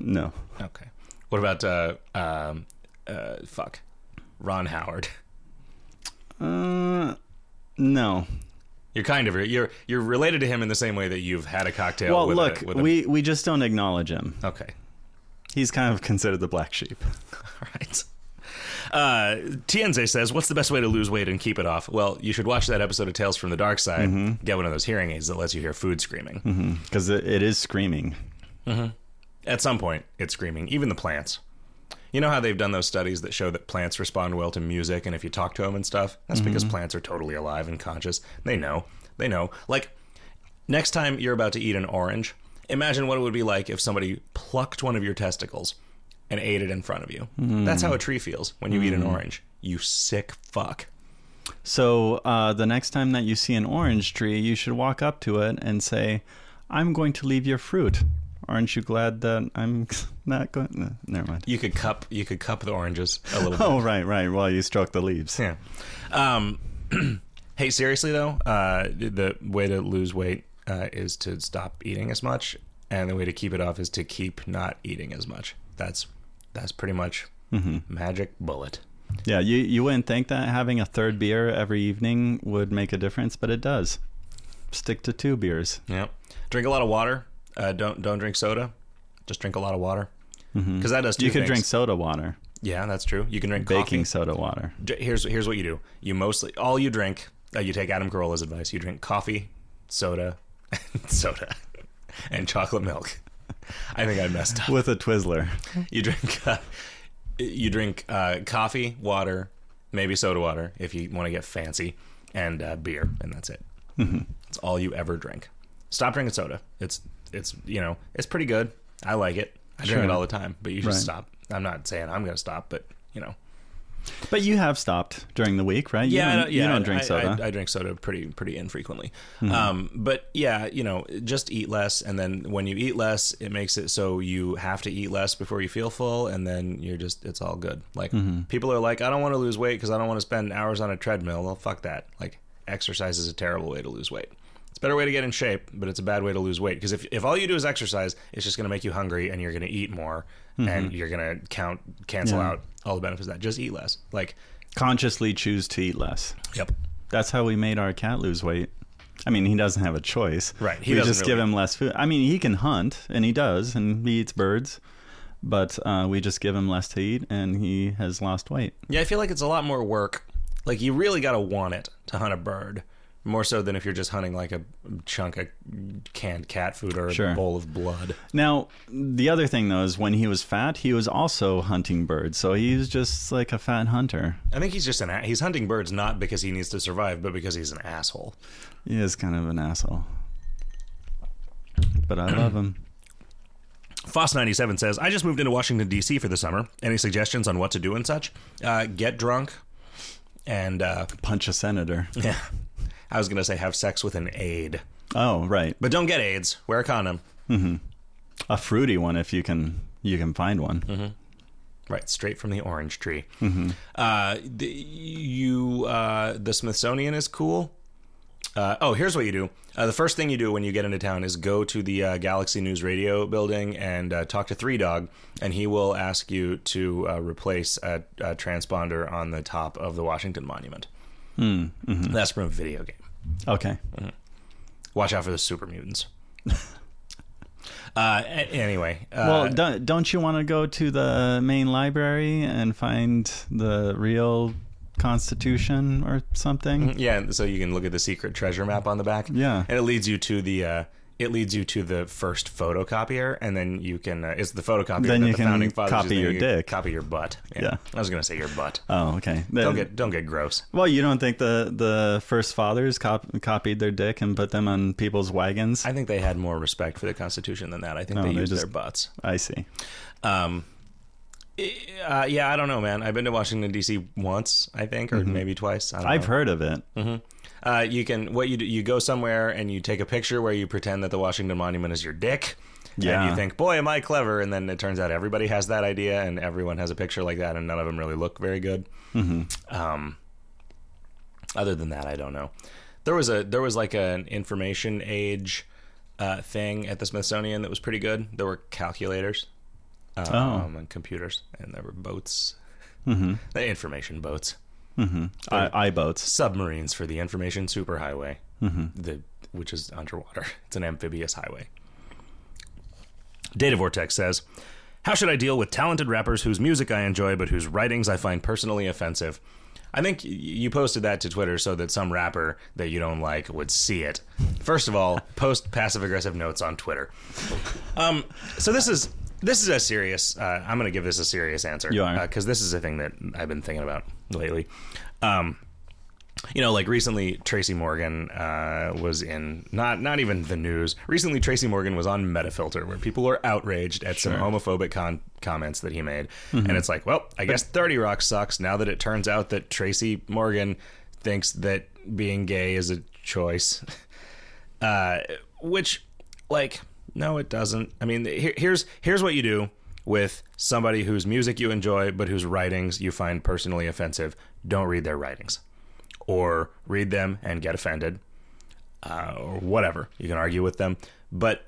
Speaker 2: no.
Speaker 1: Okay. What about uh um uh fuck Ron Howard?
Speaker 2: Uh,
Speaker 1: Oh,
Speaker 2: no.
Speaker 1: You're kind of you're you're related to him in the same way that you've had a cocktail.
Speaker 2: Well,
Speaker 1: with
Speaker 2: look,
Speaker 1: a, with a-
Speaker 2: we, we just don't acknowledge him.
Speaker 1: okay, [laughs]
Speaker 2: He's kind of considered the black sheep.
Speaker 1: all right. Uh, Tienze says, "What's the best way to lose weight and keep it off?" Well, you should watch that episode of Tales from the Dark Side.
Speaker 2: Mm-hmm.
Speaker 1: Get one of those hearing aids that lets you hear food screaming.
Speaker 2: Because it, it is screaming.
Speaker 1: At some point, it's screaming. Even the plants. You know how they've done those studies that show that plants respond well to music, and if you talk to them and stuff, that's because plants are totally alive and conscious. They know. They know. Like, next time you're about to eat an orange, imagine what it would be like if somebody plucked one of your testicles and ate it in front of you. That's how a tree feels when you eat an orange. You sick fuck.
Speaker 2: So uh, the next time that you see an orange tree, you should walk up to it and say, "I'm going to leave your fruit. Aren't you glad that I'm [laughs] not going?" No, never mind.
Speaker 1: You could cup. You could cup the oranges a little bit.
Speaker 2: [laughs] Oh right, right. Well, you struck the leaves.
Speaker 1: Yeah. Um, [clears throat] hey, seriously though, uh, the way to lose weight uh, is to stop eating as much, and the way to keep it off is to keep not eating as much. That's that's pretty much
Speaker 2: Mm-hmm.
Speaker 1: magic bullet.
Speaker 2: Yeah, you you wouldn't think that having a third beer every evening would make a difference, but it does. Stick to two beers.
Speaker 1: Yeah. Drink a lot of water. Uh, don't don't drink soda. Just drink a lot of water. Because that does. Two
Speaker 2: Mm-hmm. You could
Speaker 1: things.
Speaker 2: drink soda water,
Speaker 1: Yeah, that's true. You can drink
Speaker 2: baking
Speaker 1: baking.
Speaker 2: soda water.
Speaker 1: Coffee. D- Here's here's what you do. You mostly all you drink. Uh, you take Adam Carolla's [laughs] advice. You drink coffee, soda, and soda, and chocolate milk. [laughs] I think I messed up.
Speaker 2: with a Twizzler.
Speaker 1: You drink, uh, you drink uh, coffee, water, maybe soda water if you want to get fancy, and uh, beer, and that's it.
Speaker 2: Mm-hmm.
Speaker 1: That's all you ever drink. Stop drinking soda. It's it's you know it's pretty good. I like it. I drink
Speaker 2: Sure.
Speaker 1: it all the time, but you should
Speaker 2: Right.
Speaker 1: stop. I'm not saying I'm gonna stop, but you know.
Speaker 2: But you have stopped during the week, right? You
Speaker 1: yeah, I
Speaker 2: don't,
Speaker 1: don't- yeah,
Speaker 2: you
Speaker 1: I-
Speaker 2: don't drink
Speaker 1: I-
Speaker 2: soda. Mm-hmm.
Speaker 1: I, I drink soda pretty pretty infrequently. Um, but yeah, you know, just eat less, and then when you eat less, it makes it so you have to eat less before you feel full, and then you're just it's all good. Like
Speaker 2: Mm-hmm.
Speaker 1: people are like, I don't want to lose weight because I don't want to spend hours on a treadmill. Well, fuck that. Like exercise is a terrible way to lose weight. It's a better way to get in shape, but it's a bad way to lose weight because if, if all you do is exercise, it's just going to make you hungry and you're going to eat more and you're going to count cancel
Speaker 2: Mm-hmm. Yeah.
Speaker 1: out all the benefits of that. Just eat less. Like,
Speaker 2: Consciously choose to eat less.
Speaker 1: yep.
Speaker 2: That's how we made our cat lose weight. I mean, he doesn't have a choice.
Speaker 1: Right, he
Speaker 2: we
Speaker 1: doesn't
Speaker 2: just give
Speaker 1: really-
Speaker 2: him less food. I mean, he can hunt, and he does, and he eats birds, but uh, we just give him less to eat, and he has lost weight.
Speaker 1: Yeah, I feel like it's a lot more work. Like you really got to want it to hunt a bird more so than if you're just hunting like a chunk of canned cat food or a
Speaker 2: Sure.
Speaker 1: bowl of blood.
Speaker 2: Now, the other thing though is when he was fat, he was also hunting birds, so he was just like a fat hunter.
Speaker 1: I think he's just an a- he's hunting birds not because he needs to survive, but because he's an asshole.
Speaker 2: He is kind of an asshole, but I love
Speaker 1: [clears throat]
Speaker 2: him.
Speaker 1: Foss ninety seven says, "I just moved into Washington D.C. for the summer. Any suggestions on what to do and such? Uh, get drunk, and uh, [laughs]
Speaker 2: Punch a senator.
Speaker 1: yeah, I was gonna say have sex with an aide,
Speaker 2: Oh, right,
Speaker 1: but don't get AIDS. Wear a condom.
Speaker 2: a fruity one if you can you can find one.
Speaker 1: Mm-hmm. Right, straight from the orange tree. Uh, the, you, uh, the Smithsonian is cool. Uh, oh, here's what you do. Uh, the first thing you do when you get into town is go to the uh, Galaxy News Radio building and uh, talk to Three Dog, and he will ask you to uh, replace a, a transponder on the top of the Washington Monument. That's from a video game.
Speaker 2: Okay.
Speaker 1: Watch out for the super mutants. [laughs] uh, a- anyway, uh,
Speaker 2: Well, don't, don't you want to go to the main library and find the real Constitution or something?
Speaker 1: Yeah, and so you can look at the secret treasure map on the back.
Speaker 2: Yeah.
Speaker 1: and it leads you to the uh, it leads you to the first photocopier, and then you can uh, it's the photocopier.
Speaker 2: Then
Speaker 1: that
Speaker 2: you
Speaker 1: the
Speaker 2: can
Speaker 1: founding fathers used,
Speaker 2: copy
Speaker 1: then
Speaker 2: your
Speaker 1: you can
Speaker 2: dick.
Speaker 1: copy your butt.
Speaker 2: Yeah.
Speaker 1: I was gonna say your butt.
Speaker 2: Oh, okay. The-
Speaker 1: Don't get don't get gross.
Speaker 2: well, you don't think the, the first fathers cop- copied their dick and put them on people's wagons? I,
Speaker 1: I think they had more respect for the Constitution than that. I think
Speaker 2: No,
Speaker 1: they,
Speaker 2: they
Speaker 1: used
Speaker 2: just-
Speaker 1: their butts.
Speaker 2: see.
Speaker 1: Um, eh, uh, yeah, I don't know, man. I've been to Washington D.C. once, I think, or maybe twice. I don't
Speaker 2: Mm-hmm. I've
Speaker 1: know.
Speaker 2: heard of it.
Speaker 1: Uh, you can what you do, you go somewhere and you take a picture where you pretend that the Washington Monument is your dick. And
Speaker 2: Yeah.
Speaker 1: you think, boy, am I clever? And then it turns out everybody has that idea, and everyone has a picture like that, and none of them really look very good.
Speaker 2: Mm-hmm.
Speaker 1: Um, other than that, I don't know. There was a there was like an information age uh, thing at the Smithsonian that was pretty good. There were calculators, um,
Speaker 2: Oh. Mm-hmm.
Speaker 1: and computers, and there were boats, the [laughs] information boats
Speaker 2: I, I boats.
Speaker 1: submarines for the information superhighway, the which is underwater. [laughs] It's an amphibious highway. Data Vortex says, "How should I deal with talented rappers whose music I enjoy but whose writings I find personally offensive?" I think y- you posted that to Twitter so that some rapper that you don't like would see it. First of all, post passive aggressive notes on Twitter. Um, so this is this is a serious. Uh, I'm going to give this a serious answer
Speaker 2: You are.
Speaker 1: because this is a thing that I've been thinking about lately. Um, you know, like recently, Tracy Morgan uh, was in not not even the news. Recently, Tracy Morgan was on Metafilter, where people were outraged at some homophobic con- comments that he made,
Speaker 2: Mm-hmm.
Speaker 1: and it's like, well, I guess Thirty Rock sucks now that it turns out that Tracy Morgan thinks that being gay is a choice, uh, which, like, no, it doesn't. I mean, here, here's here's what you do with somebody whose music you enjoy but whose writings you find personally offensive. Don't read their writings or read them and get offended uh, or whatever. You can argue with them, but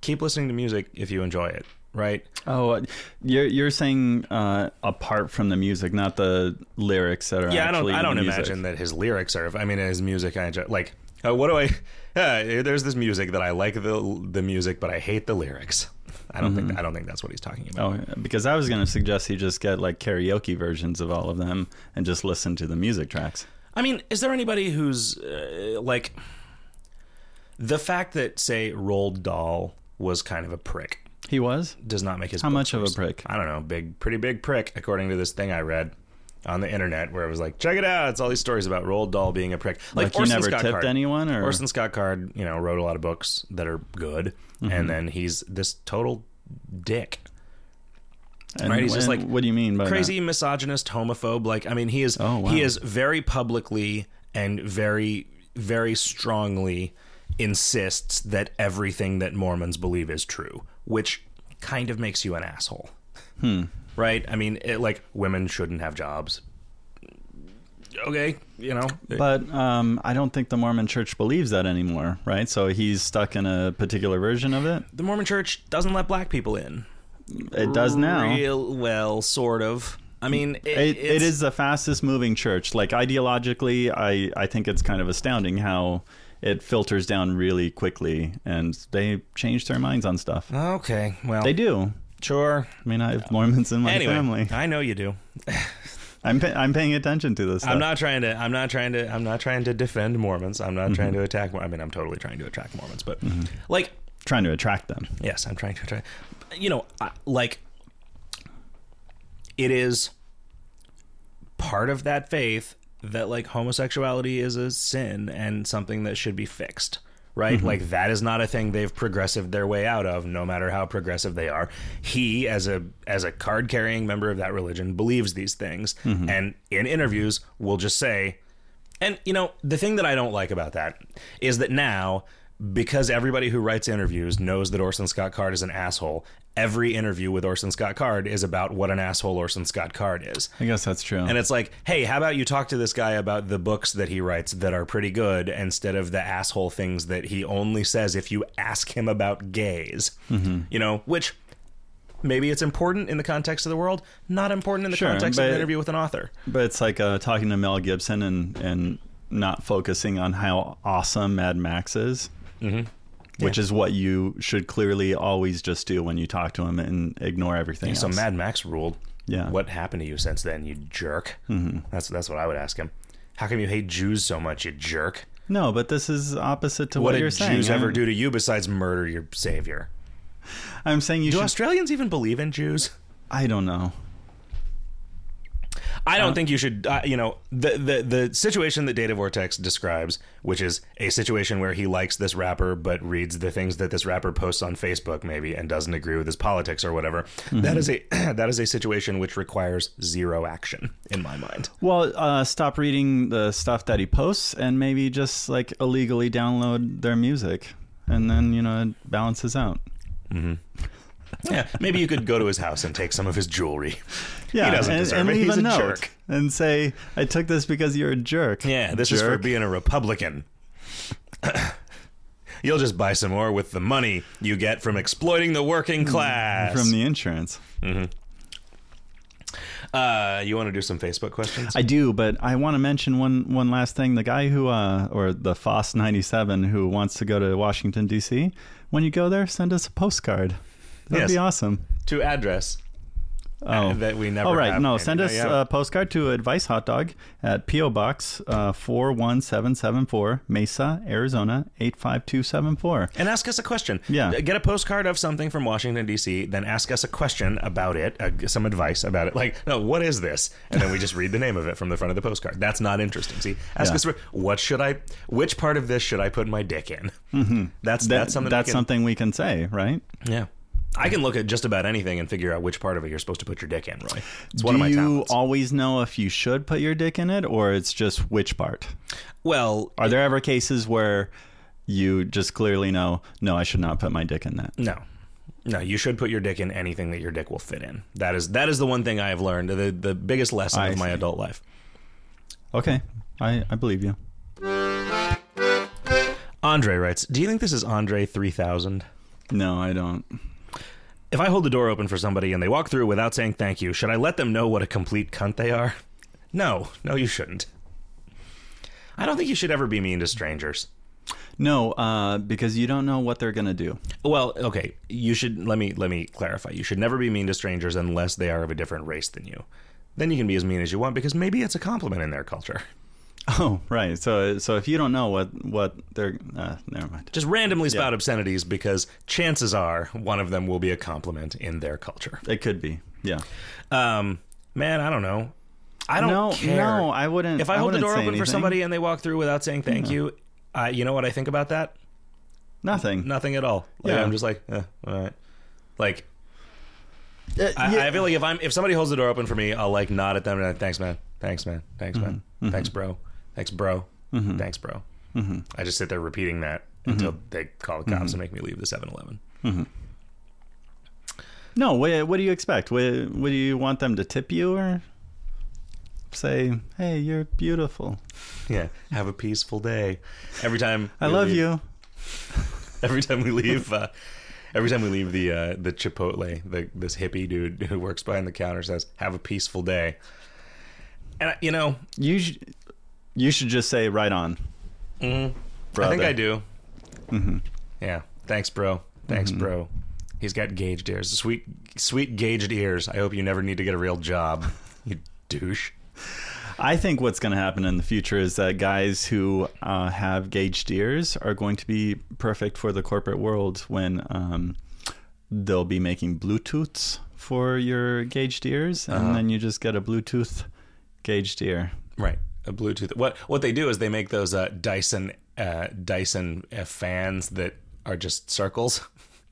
Speaker 1: keep listening to music if you enjoy it, right? uh,
Speaker 2: Oh, you're you're saying uh, apart from the music, not the lyrics that are
Speaker 1: Yeah, I don't.
Speaker 2: actually
Speaker 1: I don't
Speaker 2: music.
Speaker 1: imagine that his lyrics are. I mean, his music. I enjoy. Like, uh, what do I? [laughs] Uh, there's this music that I like the the music, but I hate the lyrics. I don't
Speaker 2: Mm-hmm.
Speaker 1: think. I don't think that's what he's talking about.
Speaker 2: Oh, because I was going to suggest you just get like karaoke versions of all of them and just listen to the music tracks.
Speaker 1: I mean, is there anybody who's uh, like the fact that say Roald Dahl was kind of a prick
Speaker 2: He was.
Speaker 1: Does not make his.
Speaker 2: How
Speaker 1: book
Speaker 2: much of a
Speaker 1: first.
Speaker 2: prick?
Speaker 1: I don't know. Big, pretty big prick, according to this thing I read on the internet, where it was like, check it out. It's all these stories about Roald Dahl being a prick. Like,
Speaker 2: Like, he
Speaker 1: Orson
Speaker 2: never
Speaker 1: Scott
Speaker 2: tipped
Speaker 1: Card.
Speaker 2: anyone, or
Speaker 1: Orson Scott Card, you know, wrote a lot of books that are good,
Speaker 2: Mm-hmm.
Speaker 1: and then he's this total dick.
Speaker 2: and-
Speaker 1: right, he's just
Speaker 2: and
Speaker 1: like
Speaker 2: what do you mean by that?
Speaker 1: crazy misogynist homophobe like i mean he is
Speaker 2: Oh, wow.
Speaker 1: he is very publicly and very very strongly insists that everything that mormons believe is true which kind of makes you an asshole
Speaker 2: Hmm.
Speaker 1: right i mean it, like women shouldn't have jobs okay you know
Speaker 2: But um, I don't think the Mormon Church believes that anymore, right? So he's stuck in a particular version of it.
Speaker 1: the mormon church doesn't let black people in
Speaker 2: It does now.
Speaker 1: real well sort of i mean it,
Speaker 2: it, it
Speaker 1: it's-
Speaker 2: is the fastest moving church. Like ideologically, I, I think it's kind of astounding how it filters down really quickly, and they change their minds on stuff.
Speaker 1: okay well
Speaker 2: They do.
Speaker 1: sure
Speaker 2: I mean, I have Mormons in my
Speaker 1: anyway
Speaker 2: family.
Speaker 1: i know you do
Speaker 2: I'm pay- I'm paying attention to this. Stuff.
Speaker 1: I'm not trying to. I'm not trying to. I'm not trying to defend Mormons. I'm not trying
Speaker 2: Mm-hmm.
Speaker 1: to attack. Mor- I mean, I'm totally trying to attack Mormons, but like,
Speaker 2: trying to attract them.
Speaker 1: yes, I'm trying to attack. You know, I, like, it is part of that faith that like homosexuality is a sin and something that should be fixed. Right? Like that is not a thing they've progressive their way out of, no matter how progressive they are. He, as a as a card carrying member of that religion, believes these things and in interviews will just say and you know, the thing that I don't like about that is that now, because everybody who writes interviews knows that Orson Scott Card is an asshole, every interview with Orson Scott Card is about what an asshole Orson Scott Card is.
Speaker 2: I guess that's true.
Speaker 1: And it's like, hey, how about you talk to this guy about the books that he writes that are pretty good instead of the asshole things that he only says if you ask him about gays?
Speaker 2: Mm-hmm.
Speaker 1: You know, which maybe it's important in the context of the world, not important in the
Speaker 2: Sure,
Speaker 1: context of an
Speaker 2: but-
Speaker 1: interview with an author.
Speaker 2: But it's like uh, talking to Mel Gibson and and not focusing on how awesome Mad Max is, mm-hmm. which is what you should clearly always just do when you talk to him and ignore everything.
Speaker 1: So
Speaker 2: else.
Speaker 1: Mad Max ruled.
Speaker 2: Yeah.
Speaker 1: What happened to you since then, you jerk? Mm-hmm. That's that's what I would ask him. How come you hate Jews so much, you jerk?
Speaker 2: No, but this is opposite to
Speaker 1: What,
Speaker 2: what,
Speaker 1: did
Speaker 2: you're saying.
Speaker 1: Jews ever
Speaker 2: I'm-
Speaker 1: do to you besides murder your savior?
Speaker 2: I'm saying you
Speaker 1: Do
Speaker 2: should.
Speaker 1: Australians even believe in Jews?
Speaker 2: I don't know.
Speaker 1: I don't think you should. Uh, you know, the, the the situation that Data Vortex describes, which is a situation where he likes this rapper but reads the things that this rapper posts on Facebook, maybe, and doesn't agree with his politics or whatever. that is a [clears throat] that is a situation which requires zero action in my mind.
Speaker 2: Well, uh, stop reading the stuff that he posts and maybe just like illegally download their music, and then you know it balances out.
Speaker 1: Yeah, maybe you could go to his house and take some of his jewelry.
Speaker 2: Yeah,
Speaker 1: he doesn't
Speaker 2: and,
Speaker 1: deserve
Speaker 2: and
Speaker 1: it.
Speaker 2: leave
Speaker 1: He's
Speaker 2: a,
Speaker 1: a,
Speaker 2: note
Speaker 1: jerk.
Speaker 2: and say, "I took this because you're a jerk."
Speaker 1: Yeah, this is for
Speaker 2: Jerk.
Speaker 1: being a Republican. [clears throat] You'll just buy some more with the money you get from exploiting the working class.
Speaker 2: from the insurance.
Speaker 1: uh, you want to do some Facebook questions?
Speaker 2: I do, but I want to mention one one last thing. The guy who, uh, or the Foss ninety seven, who wants to go to Washington D.C. When you go there, send us a postcard. That'd
Speaker 1: Yes.
Speaker 2: be awesome.
Speaker 1: to address
Speaker 2: Oh.
Speaker 1: that we never.
Speaker 2: All right,
Speaker 1: have
Speaker 2: no,
Speaker 1: named.
Speaker 2: send
Speaker 1: Yeah,
Speaker 2: us uh,
Speaker 1: yeah.
Speaker 2: a postcard to Advice Hot Dog at P.O. Box uh, 41774, Mesa, Arizona 85274.
Speaker 1: and ask us a question.
Speaker 2: Yeah.
Speaker 1: Get a postcard of something from Washington D.C. Then ask us a question about it, uh, some advice about it. Like, no, what is this? And then we just read the name of it from the front of the postcard. That's not interesting. See, ask
Speaker 2: Yeah.
Speaker 1: us what should I, which part of this should I put my dick in? Mm-hmm. That's
Speaker 2: That-
Speaker 1: that's something.
Speaker 2: that's
Speaker 1: we can,
Speaker 2: something we can say, right?
Speaker 1: Yeah. I can look at just about anything and figure out which part of it you're supposed to put your dick in, Roy. It's one
Speaker 2: Do
Speaker 1: of my
Speaker 2: you
Speaker 1: talents.
Speaker 2: always know if you should put your dick in it, or it's just which part?
Speaker 1: well,
Speaker 2: Are there ever cases where you just clearly know, no, I should not put my dick in that?
Speaker 1: No. No, you should put your dick in anything that your dick will fit in. That is that is the one thing I have learned, the the biggest lesson
Speaker 2: I
Speaker 1: of my
Speaker 2: see.
Speaker 1: adult life.
Speaker 2: Okay, I, I believe you.
Speaker 1: Andre writes, "Do you think this is Andre 3000?
Speaker 2: No, I don't.
Speaker 1: If I hold the door open for somebody and they walk through without saying thank you, should I let them know what a complete cunt they are? No, no you shouldn't. I don't think you should ever be mean to strangers.
Speaker 2: No, uh, because you don't know what they're going to do. [laughs]
Speaker 1: Well, okay, you should let me let me clarify. You should never be mean to strangers unless they are of a different race than you. Then you can be as mean as you want because maybe it's a compliment in their culture. [laughs]
Speaker 2: Oh, right. So, so if you don't know what what they're, uh, never mind.
Speaker 1: Just randomly spout obscenities because chances are one of them will be a compliment in their culture.
Speaker 2: It could be. Yeah.
Speaker 1: Um, man, I don't know. I don't
Speaker 2: no,
Speaker 1: care.
Speaker 2: no, I wouldn't.
Speaker 1: If I, hold the
Speaker 2: wouldn't
Speaker 1: door
Speaker 2: say
Speaker 1: open for
Speaker 2: anything.
Speaker 1: somebody and they walk through without saying thank you, uh, you know what I think about that?
Speaker 2: nothing.
Speaker 1: Nothing at all. Like,
Speaker 2: Yeah.
Speaker 1: I'm just like, eh, all right. Like,
Speaker 2: Uh,
Speaker 1: I,
Speaker 2: yeah.
Speaker 1: I feel like if I'm if somebody holds the door open for me, I'll like nod at them and like, thanks, man, thanks, man,
Speaker 2: Mm-hmm.
Speaker 1: thanks, man, thanks, bro, thanks, bro, thanks, bro.
Speaker 2: Mm-hmm.
Speaker 1: I just sit there repeating that until they call the cops and make me leave the 7-Eleven.
Speaker 2: No, what, what do you expect? What, what do you want them to tip you or say, "Hey, you're beautiful.
Speaker 1: Yeah, have a peaceful day. Every time
Speaker 2: [laughs] I
Speaker 1: we
Speaker 2: love
Speaker 1: leave-
Speaker 2: you."
Speaker 1: Every time we
Speaker 2: [laughs]
Speaker 1: leave, uh, every time we leave the uh, the Chipotle, the, this hippie dude who works behind the counter says, "Have a peaceful day." And I, you know,
Speaker 2: You sh- you should just say right on.
Speaker 1: I think
Speaker 2: Brother. Mm-hmm.
Speaker 1: I do. Yeah. Thanks, bro. Thanks, bro. He's got gauged ears. Sweet, sweet gauged ears. I hope you never need to get a real job. [laughs] You douche.
Speaker 2: I think what's going to happen in the future is that guys who uh, have gauged ears are going to be perfect for the corporate world when um, they'll be making Bluetooths for your gauged ears, and then you just get a Bluetooth gauged ear.
Speaker 1: Right. A Bluetooth. What what they do is they make those uh, Dyson uh, Dyson uh, fans that are just circles.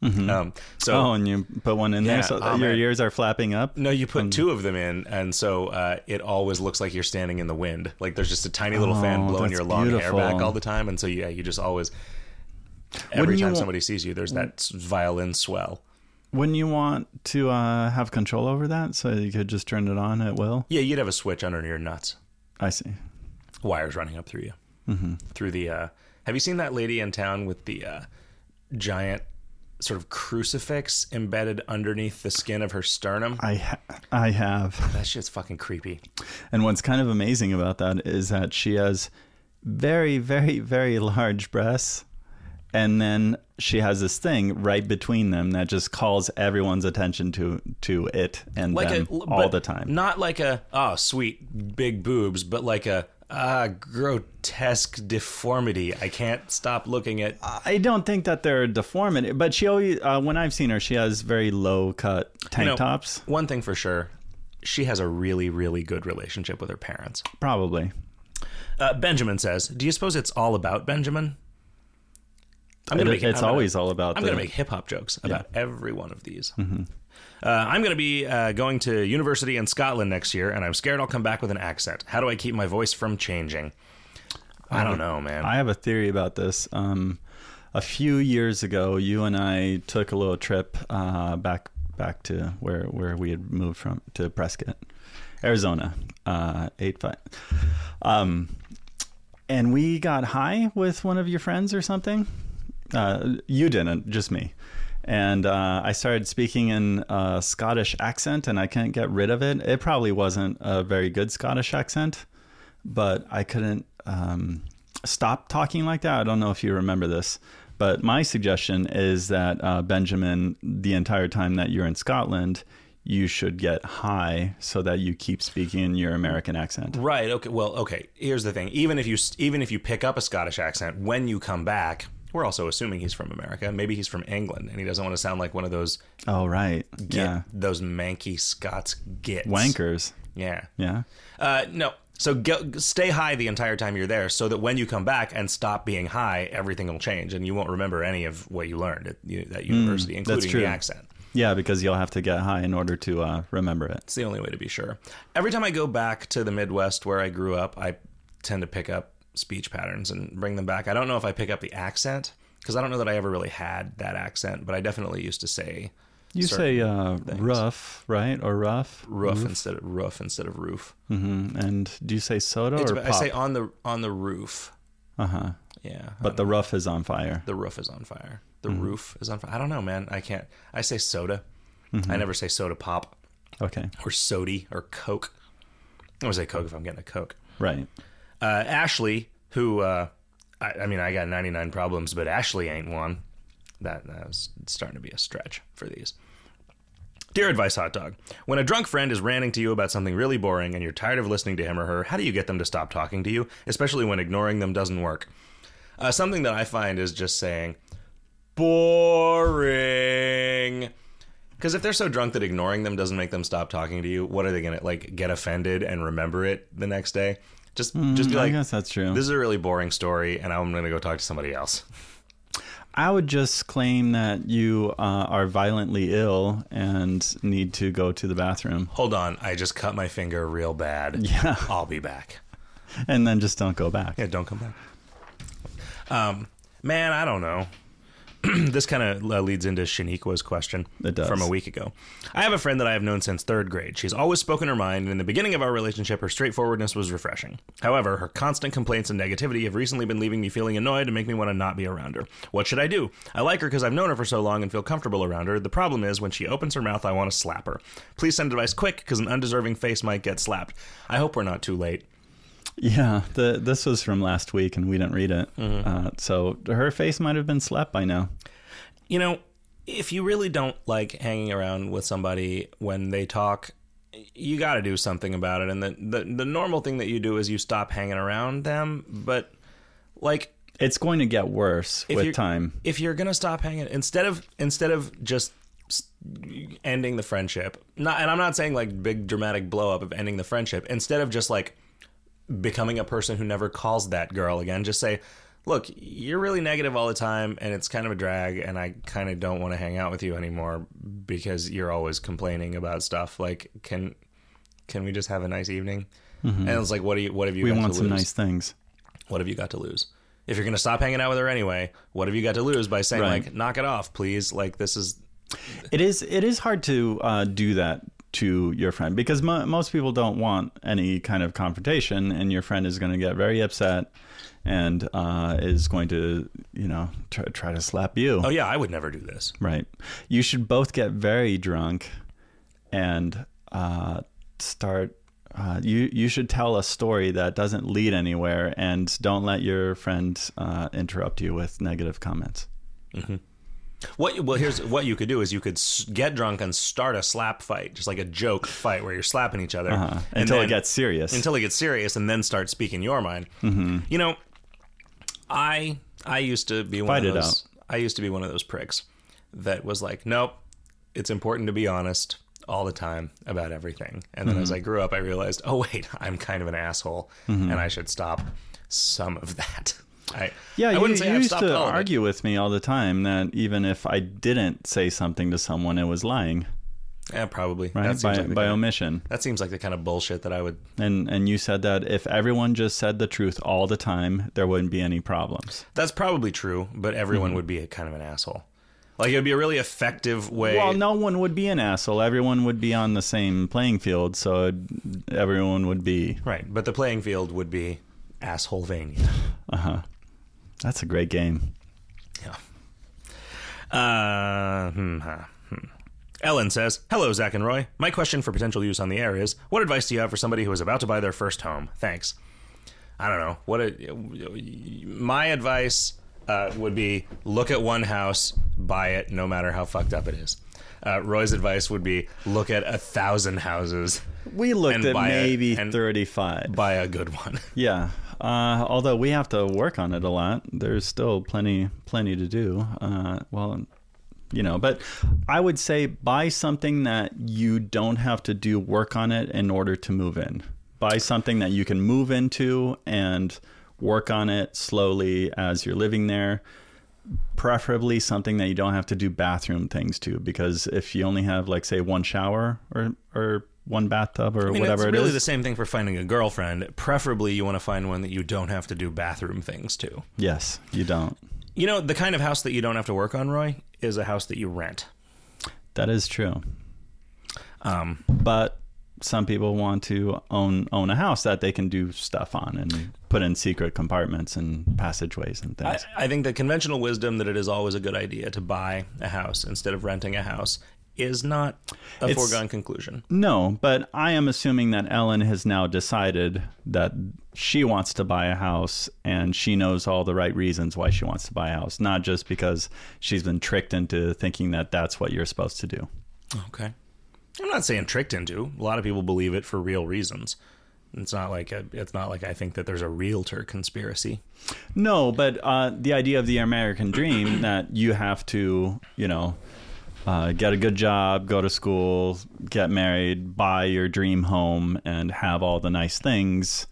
Speaker 1: Um, so
Speaker 2: Oh, and you put one in
Speaker 1: Yeah.
Speaker 2: there so that
Speaker 1: Oh,
Speaker 2: your
Speaker 1: man.
Speaker 2: ears are flapping up.
Speaker 1: No, you put two of them in, and so uh, it always looks like you're standing in the wind. Like there's just a tiny little fan
Speaker 2: Oh,
Speaker 1: blowing
Speaker 2: that's
Speaker 1: your long
Speaker 2: beautiful.
Speaker 1: hair back all the time, and so yeah, you just always. Every
Speaker 2: Wouldn't you
Speaker 1: time
Speaker 2: wa- Mm.
Speaker 1: somebody sees you, there's that s- violin swell.
Speaker 2: Wouldn't you want to uh, have control over that so you could just turn it on at will?
Speaker 1: Yeah, you'd have a switch under your nuts,
Speaker 2: I see.
Speaker 1: wires running up through you,
Speaker 2: Mm-hmm.
Speaker 1: through the. Uh, have you seen that lady in town with the uh, giant sort of crucifix embedded underneath the skin of her sternum?
Speaker 2: I ha- I have.
Speaker 1: That shit's fucking creepy.
Speaker 2: And what's kind of amazing about that is that she has very, very, very large breasts. And then she has this thing right between them that just calls everyone's attention to to it and them
Speaker 1: l-
Speaker 2: all
Speaker 1: but
Speaker 2: the time.
Speaker 1: Not like a oh sweet big boobs, but like a ah grotesque deformity. I can't stop looking at.
Speaker 2: I don't think that they're deformity, but she always uh, when I've seen her, she has very low cut tank
Speaker 1: you know,
Speaker 2: tops.
Speaker 1: One thing for sure, she has a really really good relationship with her parents.
Speaker 2: Probably.
Speaker 1: Uh, Benjamin says, "Do you suppose it's all about Benjamin?" I'm
Speaker 2: It- it's
Speaker 1: I'm
Speaker 2: always all about
Speaker 1: I'm
Speaker 2: the,
Speaker 1: going to make hip hop jokes about every one of these.
Speaker 2: Mm-hmm.
Speaker 1: Uh, I'm going to be uh, going to university in Scotland next year, and I'm scared I'll come back with an accent. How do I keep my voice from changing? I don't know, man.
Speaker 2: I have a theory about this. Um, a few years ago, you and I took a little trip uh, back back to where where we had moved from to Prescott, Arizona, uh, eight five. Um, and we got high with one of your friends or something. Uh, you didn't, just me. And uh, I started speaking in a Scottish accent, and I couldn't get rid of it. It probably wasn't a very good Scottish accent, but I couldn't um, stop talking like that. I don't know if you remember this, but my suggestion is that uh, Benjamin, the entire time that you're in Scotland, you should get high so that you keep speaking in your American accent.
Speaker 1: right? Okay. Well, okay. Here's the thing. Even if you even if you pick up a Scottish accent when you come back, we're also assuming he's from America. Maybe he's from England, and he doesn't want to sound like one of those
Speaker 2: Oh, right. Yeah.
Speaker 1: those manky Scots gits.
Speaker 2: Wankers.
Speaker 1: Yeah.
Speaker 2: Yeah.
Speaker 1: Uh, no. So go, stay high the entire time you're there, so that when you come back and stop being high, everything will change, and you won't remember any of what you learned at u- that university, including
Speaker 2: Hmm, true.
Speaker 1: the accent.
Speaker 2: Yeah, because you'll have to get high in order to uh, remember it.
Speaker 1: It's the only way to be sure. Every time I go back to the Midwest where I grew up, I tend to pick up speech patterns and bring them back. I don't know if I pick up the accent because I don't know that I ever really had that accent, but I definitely used to say
Speaker 2: You say uh, rough, right? Or rough?
Speaker 1: roof instead of roof instead of roof.
Speaker 2: hmm And do you say soda or
Speaker 1: I
Speaker 2: pop?
Speaker 1: say on the on the roof.
Speaker 2: uh huh.
Speaker 1: Yeah,
Speaker 2: But the rough is on fire.
Speaker 1: the roof is on fire. The roof is on fire. I don't know, man. I can't. I say soda. I never say soda pop
Speaker 2: Okay.
Speaker 1: or sody or Coke. I always say Coke if I'm getting a Coke.
Speaker 2: Right.
Speaker 1: Uh, Ashley, who uh, I, I mean, I got 99 problems, but Ashley ain't one. That that was starting to be a stretch for these. Dear Advice Hot Dog, when a drunk friend is ranting to you about something really boring and you're tired of listening to him or her, how do you get them to stop talking to you, especially when ignoring them doesn't work? Uh, something that I find is just saying, boring. Because if they're so drunk that ignoring them doesn't make them stop talking to you, what are they gonna like get offended and remember it the next day? Just, just be
Speaker 2: Hmm, I
Speaker 1: like,
Speaker 2: guess that's true.
Speaker 1: this is a really boring story, and I'm gonna go talk to somebody else.
Speaker 2: I would just claim that you uh, are violently ill and need to go to the bathroom,
Speaker 1: Hold on, I just cut my finger real bad.
Speaker 2: [laughs] Yeah.
Speaker 1: I'll be back.
Speaker 2: and then just don't go back.
Speaker 1: Yeah, don't come back. Um, man, I don't know. [clears throat] this kind of uh, leads into Shaniqua's question
Speaker 2: It does.
Speaker 1: from a week ago. I have a friend that I have known since third grade. She's always spoken her mind, and in the beginning of our relationship, her straightforwardness was refreshing. However, her constant complaints and negativity have recently been leaving me feeling annoyed and make me want to not be around her. What should I do? I like her because I've known her for so long and feel comfortable around her. The problem is, when she opens her mouth, I want to slap her. Please send advice quick because an undeserving face might get slapped. I hope we're not too late.
Speaker 2: Yeah, the, this was from last week, and we didn't read it.
Speaker 1: Mm-hmm.
Speaker 2: Uh, so her face might have been slapped by now.
Speaker 1: you know, if you really don't like hanging around with somebody when they talk, you got to do something about it. And the, the the normal thing that you do is you stop hanging around them. But like,
Speaker 2: It's going to get worse
Speaker 1: you're-
Speaker 2: with time.
Speaker 1: if you're gonna stop hanging, instead of instead of just s- ending the friendship, not and I'm not saying like big dramatic blow up of ending the friendship. Instead of just like becoming a person who never calls that girl again, just say. Look, you're really negative all the time, and it's kind of a drag, and I kind of don't want to hang out with you anymore because you're always complaining about stuff. Like, can can we just have a nice evening? And it's like, what do you, what have you?
Speaker 2: Mm-hmm. We
Speaker 1: got
Speaker 2: want
Speaker 1: to
Speaker 2: some
Speaker 1: lose?
Speaker 2: nice things.
Speaker 1: what have you got to lose? If you're going to stop hanging out with her anyway, what have you got to lose by saying
Speaker 2: Right.
Speaker 1: like, knock it off, please? Like this is
Speaker 2: It is it is hard to uh, do that to your friend because mo- most people don't want any kind of confrontation, and your friend is going to get very upset and uh, is going to you know try, try to slap you.
Speaker 1: oh yeah, I would never do this.
Speaker 2: Right. You should both get very drunk and uh, start. Uh, you you should tell a story that doesn't lead anywhere, and don't let your friend uh, interrupt you with negative comments.
Speaker 1: What well here's what you could do is you could s- get drunk and start a slap fight, just like a joke fight where you're slapping each other
Speaker 2: Uh, until it
Speaker 1: then-
Speaker 2: gets serious.
Speaker 1: until it gets serious, and then start speaking your mind. Mm-hmm. You know, I I used to be one
Speaker 2: Fight
Speaker 1: of
Speaker 2: it
Speaker 1: those. I used to be one of those pricks that was like, nope, it's important to be honest all the time about everything. And then as
Speaker 2: Mm-hmm.
Speaker 1: I grew up, I realized, oh [laughs] wait, I'm kind of an asshole, and I should stop some of that. [laughs] I
Speaker 2: yeah,
Speaker 1: I
Speaker 2: you,
Speaker 1: wouldn't say
Speaker 2: you
Speaker 1: I've
Speaker 2: used
Speaker 1: stopped
Speaker 2: to
Speaker 1: all of it.
Speaker 2: argue with me all the time that even if I didn't say something to someone, it was lying,
Speaker 1: Yeah, probably
Speaker 2: right?
Speaker 1: that seems
Speaker 2: by
Speaker 1: like the
Speaker 2: by
Speaker 1: kind of-
Speaker 2: omission.
Speaker 1: that seems like the kind of bullshit that I would.
Speaker 2: And and you said that if everyone just said the truth all the time, there wouldn't be any problems.
Speaker 1: That's probably true, but
Speaker 2: Mm-hmm.
Speaker 1: everyone would be a kind of an asshole. Like it would be a really effective way.
Speaker 2: Well, no one would be an asshole. Everyone would be on the same playing field, so everyone would be.
Speaker 1: Right, but the playing field would be assholevania.
Speaker 2: That's a great game.
Speaker 1: Uh, hmm, huh, hmm. Ellen says, "Hello, Zach and Roy. My question for potential use on the air is: What advice do you have for somebody who is about to buy their first home? Thanks. I don't know. What a, my advice uh, would be: Look at one house, buy it, no matter how fucked up it is. Uh, Roy's advice would be: Look at a thousand houses,
Speaker 2: We looked
Speaker 1: And
Speaker 2: at
Speaker 1: buy it,
Speaker 2: maybe
Speaker 1: and-
Speaker 2: 35.
Speaker 1: buy a good one. [laughs]
Speaker 2: Yeah. Uh, although we have to work on it a lot, there's still plenty, plenty to do. Uh, well, you know, but I would say buy something that you don't have to do work on it in order to move in. Buy something that you can move into and work on it slowly as you're living there. Preferably something that you don't have to do bathroom things to, because if you only have like say one shower or or one bathtub or
Speaker 1: I mean,
Speaker 2: whatever
Speaker 1: it's
Speaker 2: it
Speaker 1: really
Speaker 2: is,
Speaker 1: the same thing for finding a girlfriend. Preferably, you want to find one that you don't have to do bathroom things to.
Speaker 2: yes, you don't.
Speaker 1: You know, the kind of house that you don't have to work on, Roy, is a house that you rent.
Speaker 2: That is true.
Speaker 1: Um,
Speaker 2: but some people want to own own a house that they can do stuff on and put in secret compartments and passageways and
Speaker 1: I,
Speaker 2: things.
Speaker 1: I think the conventional wisdom that it is always a good idea to buy a house instead of renting a house is not a
Speaker 2: It's-
Speaker 1: foregone conclusion.
Speaker 2: no, but I am assuming that Ellen has now decided that she wants to buy a house and she knows all the right reasons why she wants to buy a house, not just because she's been tricked into thinking that that's what you're supposed to do.
Speaker 1: Okay. I'm not saying tricked into. A lot of people believe it for real reasons. It's not like a, it's not like I think that there's a realtor conspiracy.
Speaker 2: No, but uh, the idea of the American dream [clears throat] that you have to, you know, uh, get a good job, go to school, get married, buy your dream home, and have all the nice things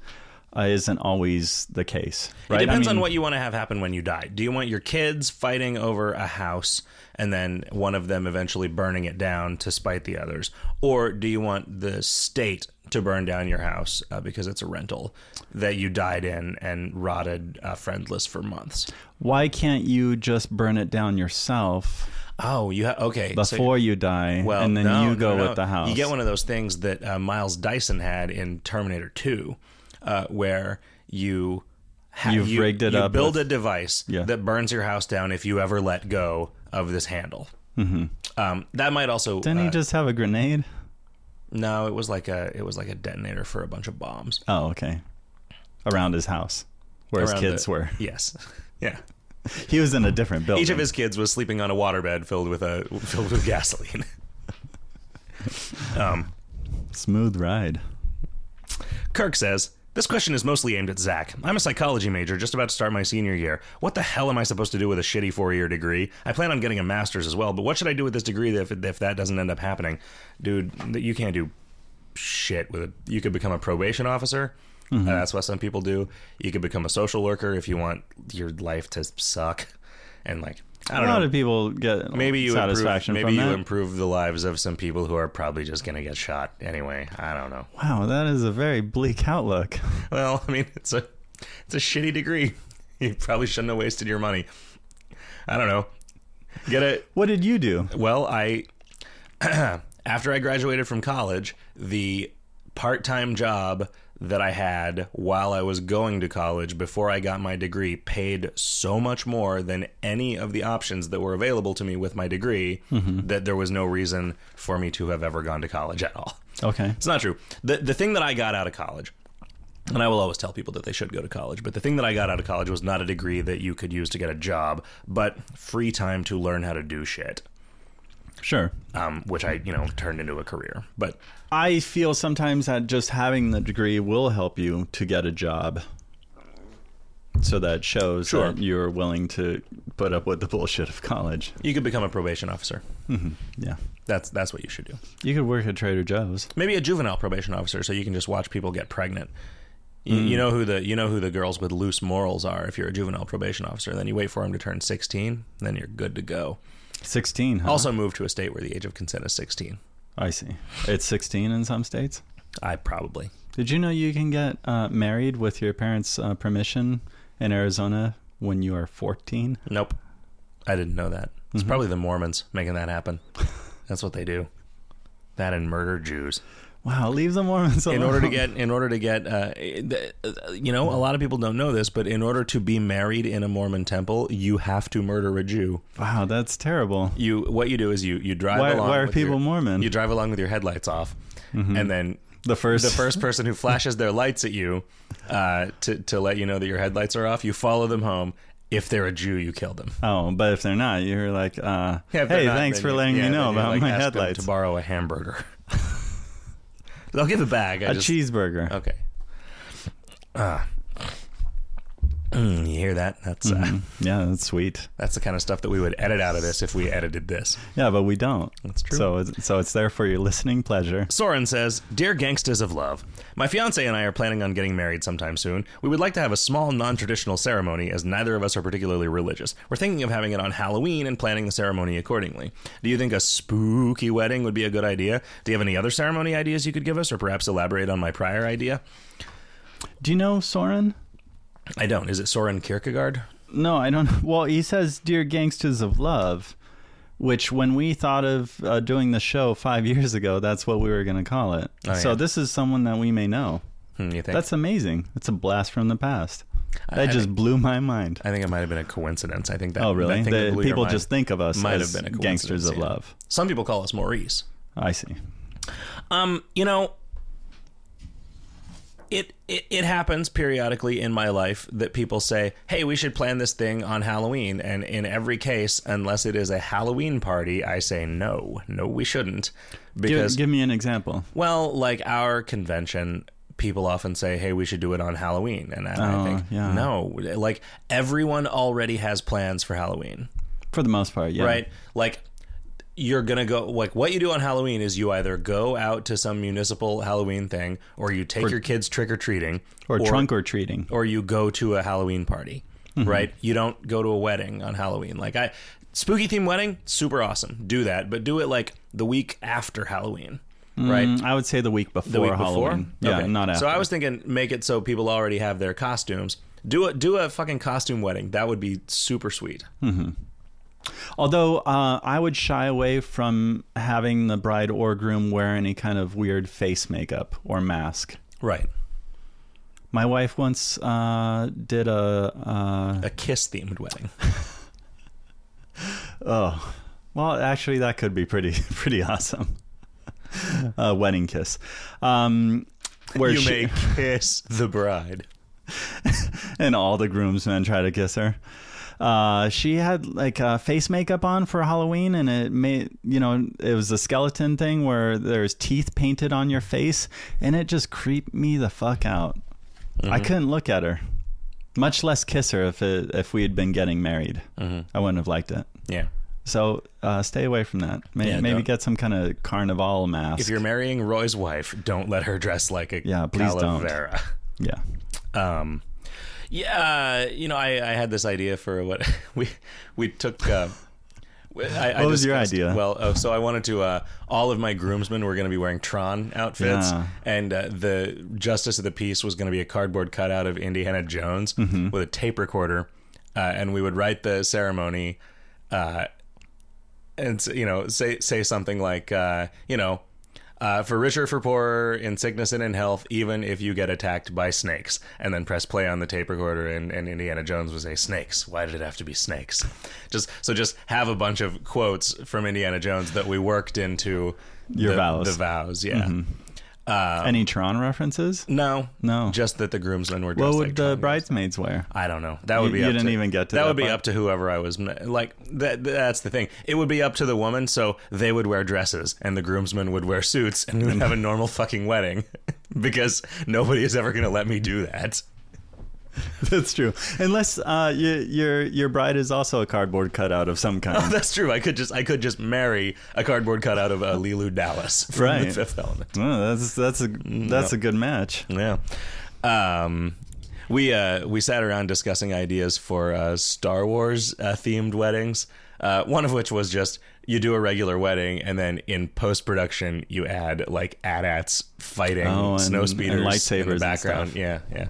Speaker 2: uh, isn't always the case, right?
Speaker 1: It depends on what you want to have happen when you die. Do you want your kids fighting over a house and then one of them eventually burning it down to spite the others? Or do you want the state to burn down your house uh, because it's a rental that you died in and rotted uh, friendless for months?
Speaker 2: Why can't you just burn it down yourself
Speaker 1: Oh, you ha- okay. so-
Speaker 2: before you die,
Speaker 1: well,
Speaker 2: and then
Speaker 1: no,
Speaker 2: you
Speaker 1: no,
Speaker 2: go
Speaker 1: no.
Speaker 2: with the house?
Speaker 1: You get one of those things that uh, Miles Dyson had in Terminator 2, uh, where you ha-
Speaker 2: You've
Speaker 1: you,
Speaker 2: rigged it
Speaker 1: you
Speaker 2: up
Speaker 1: build a device
Speaker 2: Yeah.
Speaker 1: that burns your house down if you ever let go of this handle. Mm-hmm. Um, that might also
Speaker 2: Didn't
Speaker 1: uh,
Speaker 2: he just have a grenade?
Speaker 1: no, it was like a it was like a detonator for a bunch of bombs.
Speaker 2: Oh, okay. Around his house, where his
Speaker 1: Around
Speaker 2: kids
Speaker 1: the-
Speaker 2: were. [laughs]
Speaker 1: Yes, [laughs] yeah.
Speaker 2: He was in a different building.
Speaker 1: Each of his kids was sleeping on a waterbed filled with a filled with [laughs] gasoline. um,
Speaker 2: smooth ride.
Speaker 1: Kirk says, This question is mostly aimed at Zach. I'm a psychology major, just about to start my senior year. What the hell am I supposed to do with a shitty four year degree? I plan on getting a master's as well, but what should I do with this degree if, if that doesn't end up happening? Dude, that you can't do shit with it. You could become a probation officer.
Speaker 2: Mm-hmm.
Speaker 1: Uh, that's what some people do. You could become a social worker if you want your life to suck. And, like, I
Speaker 2: A
Speaker 1: don't
Speaker 2: lot
Speaker 1: know.
Speaker 2: of people get
Speaker 1: Maybe you
Speaker 2: satisfaction
Speaker 1: improve, maybe
Speaker 2: from
Speaker 1: you
Speaker 2: that.
Speaker 1: improve the lives of some people who are probably just going to get shot anyway. I don't know.
Speaker 2: wow, that is a very bleak outlook. [laughs]
Speaker 1: Well, I mean, it's a it's a shitty degree. [laughs] You probably shouldn't have wasted your money. I don't know. Get it?
Speaker 2: What did you do?
Speaker 1: Well, I [clears throat] after I graduated from college, the part-time job that I had while I was going to college before I got my degree paid so much more than any of the options that were available to me with my degree that there was no reason for me to have ever gone to college at all.
Speaker 2: Okay.
Speaker 1: It's not true. The the thing that I got out of college, and I will always tell people that they should go to college, but the thing that I got out of college was not a degree that you could use to get a job, but free time to learn how to do shit,
Speaker 2: Sure.
Speaker 1: um, which I you know turned into a career. But
Speaker 2: I feel sometimes that just having the degree will help you to get a job. So that shows
Speaker 1: Sure.
Speaker 2: that you're willing to put up with the bullshit of college.
Speaker 1: you could become a probation officer.
Speaker 2: Yeah.
Speaker 1: That's that's what you should do.
Speaker 2: You could work at Trader Joe's.
Speaker 1: Maybe a juvenile probation officer, so you can just watch people get pregnant. You, you know who the you know who the girls with loose morals are. If you're a juvenile probation officer, then you wait for them to turn 16, then you're good to go.
Speaker 2: 16, huh?
Speaker 1: Also, move to a state where the age of consent is 16.
Speaker 2: I see. It's 16 in some states.
Speaker 1: I probably
Speaker 2: Did you know you can get uh, married with your parents' uh, permission in Arizona when you are 14?
Speaker 1: Nope. I didn't know that. It's probably the Mormons making that [laughs] happen. That's what they do. That and murder Jews
Speaker 2: Wow, leave the Mormons alone.
Speaker 1: in order to get in order to get uh, th- you know a lot of people don't know this, but in order to be married in a Mormon temple, you have to murder a Jew.
Speaker 2: Wow, that's terrible.
Speaker 1: You what you do is you you drive
Speaker 2: Why-
Speaker 1: along.
Speaker 2: why are
Speaker 1: with your-
Speaker 2: people Mormon? Mm-hmm.
Speaker 1: You drive along with your headlights off, and then
Speaker 2: The first,
Speaker 1: the first person who flashes their lights at you uh, to to let you know that your headlights are off, you follow them home. If they're a Jew, you kill them.
Speaker 2: [laughs] Oh, but if they're not, you're like, uh,
Speaker 1: Yeah, if they're
Speaker 2: hey,
Speaker 1: not,
Speaker 2: thanks
Speaker 1: then
Speaker 2: for
Speaker 1: you-
Speaker 2: letting
Speaker 1: yeah,
Speaker 2: me know
Speaker 1: then you,
Speaker 2: about
Speaker 1: like,
Speaker 2: my
Speaker 1: ask them
Speaker 2: headlights.
Speaker 1: To borrow a hamburger, [laughs] they'll give it back. I
Speaker 2: a
Speaker 1: just, Uh,
Speaker 2: cheeseburger.
Speaker 1: Okay. Ah. Mm, you hear that? That's
Speaker 2: Mm-hmm.
Speaker 1: uh,
Speaker 2: Yeah, that's sweet.
Speaker 1: that's the kind of stuff that we would edit out of this if we edited this.
Speaker 2: Yeah, but we don't.
Speaker 1: That's true.
Speaker 2: So, it's- so it's there for your listening pleasure.
Speaker 1: Soren says, Dear Gangstas of Love, my fiance and I are planning on getting married sometime soon. We would like to have a small, non traditional ceremony, as neither of us are particularly religious. We're thinking of having it on Halloween and planning the ceremony accordingly. Do you think a spooky wedding would be a good idea? Do you have any other ceremony ideas you could give us, or perhaps elaborate on my prior idea?
Speaker 2: Do you know Soren?
Speaker 1: I don't. Is it Soren Kierkegaard?
Speaker 2: No, I don't. [laughs] Well, he says, "Dear Gangsters of Love," which when we thought of uh, doing the show five years ago, that's what we were going to call it.
Speaker 1: Oh,
Speaker 2: so
Speaker 1: yeah.
Speaker 2: this is someone that we may know.
Speaker 1: Hmm, you think?
Speaker 2: That's amazing. It's a blast from the past. That
Speaker 1: I
Speaker 2: just blew my mind.
Speaker 1: I think it might have been a coincidence. I think that.
Speaker 2: oh, really?
Speaker 1: That thing that
Speaker 2: The-
Speaker 1: blew your
Speaker 2: people
Speaker 1: mind-
Speaker 2: just think of us
Speaker 1: might
Speaker 2: as
Speaker 1: have been a
Speaker 2: Gangsters
Speaker 1: coincidence,
Speaker 2: of
Speaker 1: yeah.
Speaker 2: Love.
Speaker 1: Some people call us Maurice.
Speaker 2: I see.
Speaker 1: Um, you know, it, it it happens periodically in my life that people say, "Hey, we should plan this thing on Halloween." And in every case, unless it is a Halloween party, I say, "No, no, we shouldn't," because
Speaker 2: give, give me an example.
Speaker 1: well, like our convention, people often say, "Hey, we should do it on Halloween," and I, I
Speaker 2: Oh,
Speaker 1: think,
Speaker 2: yeah.
Speaker 1: no, like everyone already has plans for Halloween
Speaker 2: For the most part, yeah.
Speaker 1: right? Like you're gonna go like what you do on Halloween is you either go out to some municipal Halloween thing, or you take your kids trick or treating,
Speaker 2: Or, trunk or treating.
Speaker 1: or you go to a Halloween party,
Speaker 2: Mm-hmm.
Speaker 1: right? You don't go to a wedding on Halloween. Like I, spooky theme wedding, super awesome. Do that, but do it like the week after Halloween, right?
Speaker 2: Mm, I would say the week before
Speaker 1: the week
Speaker 2: Halloween.
Speaker 1: before.
Speaker 2: Yeah,
Speaker 1: Okay.
Speaker 2: not after.
Speaker 1: So I was thinking, make it so people already have their costumes. Do a do a fucking costume wedding. That would be super sweet.
Speaker 2: Hmm. Although uh, I would shy away from having the bride or groom wear any kind of weird face makeup or mask.
Speaker 1: Right.
Speaker 2: My wife once uh, did a.
Speaker 1: A kiss themed wedding.
Speaker 2: Uh, oh, well, actually, that could be pretty [laughs]
Speaker 1: [laughs]
Speaker 2: pretty awesome. a wedding kiss, um, where
Speaker 1: you
Speaker 2: she-
Speaker 1: may kiss the bride.
Speaker 2: [laughs] and all the groomsmen try to kiss her. Uh, she had like uh, face makeup on for Halloween, and it made you know it was a skeleton thing where there's teeth painted on your face, and it just creeped me the fuck out. I
Speaker 1: Mm-hmm.
Speaker 2: couldn't look at her, much less kiss her if it, if we had been getting married.
Speaker 1: Mm-hmm.
Speaker 2: I wouldn't have liked it.
Speaker 1: Yeah.
Speaker 2: So uh, stay away from that. Maybe,
Speaker 1: Yeah,
Speaker 2: maybe
Speaker 1: don't.
Speaker 2: get some kind of carnival mask.
Speaker 1: If you're marrying Roy's wife, don't let her dress like a
Speaker 2: Yeah, please don't.
Speaker 1: calavera.
Speaker 2: yeah,
Speaker 1: [laughs] Um, yeah, uh, you know, I, I had this idea for what [laughs] we we took. Uh, I, I
Speaker 2: What was your
Speaker 1: discussed-
Speaker 2: idea?
Speaker 1: Well, oh, so I wanted to. Uh, all of my groomsmen were going to be wearing Tron outfits,
Speaker 2: Yeah.
Speaker 1: and uh, the Justice of the Peace was going to be a cardboard cutout of Indiana Jones
Speaker 2: Mm-hmm.
Speaker 1: with a tape recorder, uh, and we would write the ceremony, uh, and s- you know, say say something like, uh, you know. Uh, for richer, for poorer, in sickness and in health, even if you get attacked by snakes. And then press play on the tape recorder, and, and Indiana Jones would say, "Snakes? Why did it have to be snakes?" Just so, just have a bunch of quotes from Indiana Jones that we worked into
Speaker 2: Your
Speaker 1: the,
Speaker 2: vows.
Speaker 1: The vows, yeah.
Speaker 2: any Tron references?
Speaker 1: No,
Speaker 2: No.
Speaker 1: Um, just that the groomsmen were. Dressed
Speaker 2: What
Speaker 1: like
Speaker 2: would the
Speaker 1: Chinese.
Speaker 2: bridesmaids wear? [laughs]
Speaker 1: I don't know. That would be.
Speaker 2: you
Speaker 1: up
Speaker 2: didn't
Speaker 1: to,
Speaker 2: even get to
Speaker 1: That,
Speaker 2: that
Speaker 1: would be
Speaker 2: part.
Speaker 1: up to whoever I was. Like that. That's the thing. It would be up to the woman. So they would wear dresses, and the groomsmen would wear suits, and we would
Speaker 2: [laughs]
Speaker 1: have a normal fucking wedding, [laughs] because nobody is ever going to let me do that. [laughs]
Speaker 2: That's true. Unless uh, your your your bride is also a cardboard cutout of
Speaker 1: [laughs]
Speaker 2: some kind.
Speaker 1: That's true. I could just I could just marry a cardboard cutout of uh, Lilu Dallas from the
Speaker 2: Right.
Speaker 1: Fifth Element.
Speaker 2: Oh, that's that's a
Speaker 1: Mm,
Speaker 2: that's a good match.
Speaker 1: Yeah. Um, we uh, we sat around discussing ideas for uh, Star Wars uh, themed weddings. Uh, one of which was just you do a regular wedding and then in post production you add like AT-ATs fighting
Speaker 2: Oh, and-
Speaker 1: snow
Speaker 2: and
Speaker 1: speeders
Speaker 2: lightsabers
Speaker 1: in the
Speaker 2: and
Speaker 1: background.
Speaker 2: stuff.
Speaker 1: Yeah, yeah.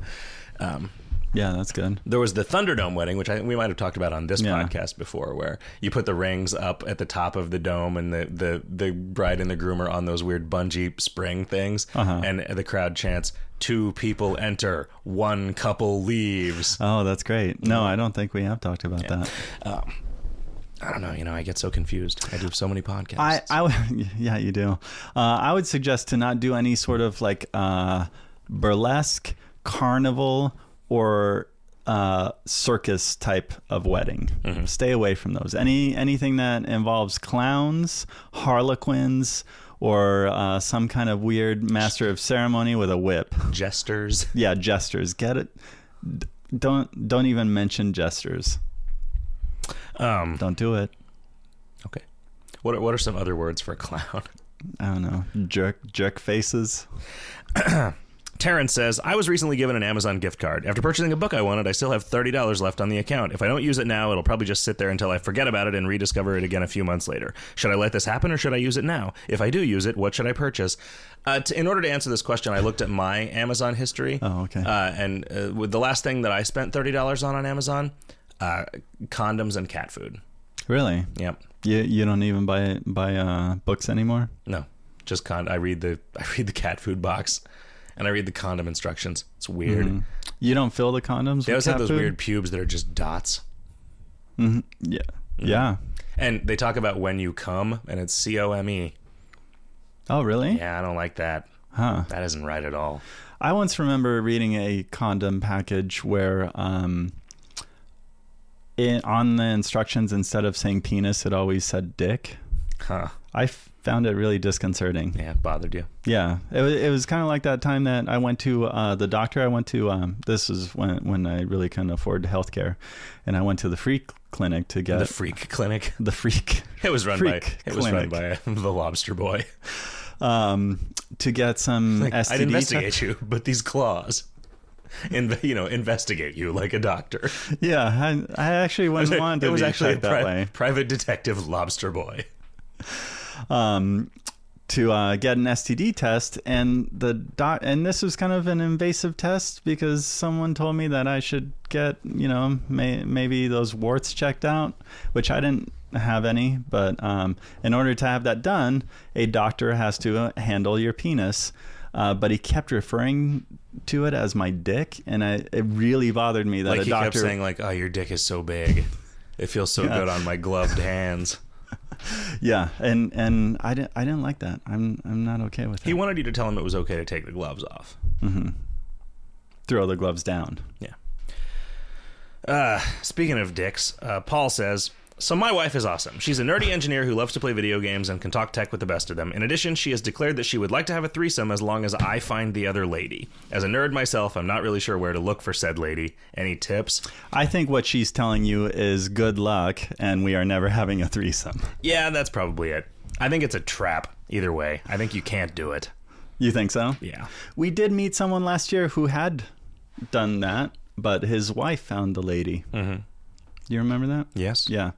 Speaker 1: Um,
Speaker 2: Yeah, that's good.
Speaker 1: there was the Thunderdome wedding, which I think we might have talked about on this
Speaker 2: Yeah.
Speaker 1: podcast before, where you put the rings up at the top of the dome, and the the, the bride and the groom are on those weird bungee spring things, and the crowd chants, two people enter, one couple leaves."
Speaker 2: Oh, that's great. No, I don't think we have talked about that.
Speaker 1: Um, I don't know, you know, I get so confused. I do so many podcasts.
Speaker 2: I, I would- [laughs] yeah, you do. Uh, I would suggest to not do any sort of like uh, burlesque, carnival, or uh, circus type of wedding. Stay away from those. Any anything that involves clowns, harlequins, or uh, some kind of weird master of ceremony with a whip.
Speaker 1: Jesters.
Speaker 2: Yeah, jesters. Get it? D- Don't don't even mention jesters.
Speaker 1: Um,
Speaker 2: Don't do it.
Speaker 1: okay. What are, what are some other words for clown?
Speaker 2: I don't know. Jerk jerk faces.
Speaker 1: Terrence says, I was recently given an Amazon gift card. After purchasing a book I wanted, I still have $30 left on the account. If I don't use it now, it'll probably just sit there until I forget about it and rediscover it again a few months later. Should I let this happen or should I use it now? If I do use it, what should I purchase? Uh, to, in order to answer this question, I looked at my Amazon history.
Speaker 2: Oh, okay.
Speaker 1: Uh, and uh, with the last thing that I spent $30 on on Amazon, uh, condoms and cat food.
Speaker 2: Really?
Speaker 1: Yep.
Speaker 2: You you don't even buy buy uh, books anymore.
Speaker 1: No, just con. I read the [laughs] I read the cat food box, and I read the condom instructions. It's weird.
Speaker 2: Mm-hmm. You don't fill the condoms.
Speaker 1: They always
Speaker 2: with
Speaker 1: have
Speaker 2: cat
Speaker 1: those
Speaker 2: food?
Speaker 1: weird pubes that are just dots.
Speaker 2: Yeah,
Speaker 1: Mm-hmm.
Speaker 2: yeah.
Speaker 1: And they talk about when you come, and it's C O M E.
Speaker 2: Oh, really?
Speaker 1: Yeah, I don't like that.
Speaker 2: Huh.
Speaker 1: That isn't right at all.
Speaker 2: I once remember reading a condom package where um, it, on the instructions, instead of saying penis, it always said dick.
Speaker 1: Huh.
Speaker 2: I f- found it really disconcerting.
Speaker 1: Yeah, it bothered you.
Speaker 2: Yeah, it was, it was kind of like that time that I went to uh, the doctor. I went to um, this is when when I really couldn't afford healthcare, and I went to the free clinic to get
Speaker 1: The freak clinic. [laughs]
Speaker 2: the freak
Speaker 1: It was run by
Speaker 2: Freak
Speaker 1: it was run by [laughs] the lobster boy.
Speaker 2: um, to get
Speaker 1: [laughs]
Speaker 2: some
Speaker 1: Like,
Speaker 2: STD.
Speaker 1: I'd
Speaker 2: te-
Speaker 1: investigate you, but these claws, and you know, investigate you like a doctor.
Speaker 2: Yeah, I, I actually went
Speaker 1: [laughs] It
Speaker 2: on to
Speaker 1: was
Speaker 2: be
Speaker 1: actually a
Speaker 2: checked that
Speaker 1: pri-
Speaker 2: way
Speaker 1: private detective lobster boy.
Speaker 2: um, to uh, get an STD test, and the doc- and this was kind of an invasive test because someone told me that I should get you know may- maybe those warts checked out, which I didn't have any. But um, in order to have that done, a doctor has to uh, handle your penis. Uh, but he kept referring to it as my dick, and I, it really bothered me that
Speaker 1: Like
Speaker 2: a
Speaker 1: he
Speaker 2: doctor
Speaker 1: kept saying, like, "Oh, your dick is so big, it feels so good on my gloved hands."
Speaker 2: Yeah, and and I didn't I didn't like that. I'm I'm not okay with it.
Speaker 1: He wanted you to tell him it was okay to take the gloves off.
Speaker 2: Throw the gloves down.
Speaker 1: Yeah. Uh, speaking of dicks, uh, Paul says. So my wife is awesome. She's a nerdy engineer who loves to play video games and can talk tech with the best of them. In addition, she has declared that she would like to have a threesome as long as I find the other lady. As a nerd myself, I'm not really sure where to look for said lady. Any tips?
Speaker 2: I think what she's telling you is good luck, and we are never [laughs] having a threesome.
Speaker 1: Yeah, that's probably it. I think it's a trap. Either way, I think you can't do it.
Speaker 2: You think so?
Speaker 1: Yeah.
Speaker 2: We did meet someone last year who had done that, but his wife found the lady. Mm-hmm. You remember that?
Speaker 1: Yes.
Speaker 2: Yeah.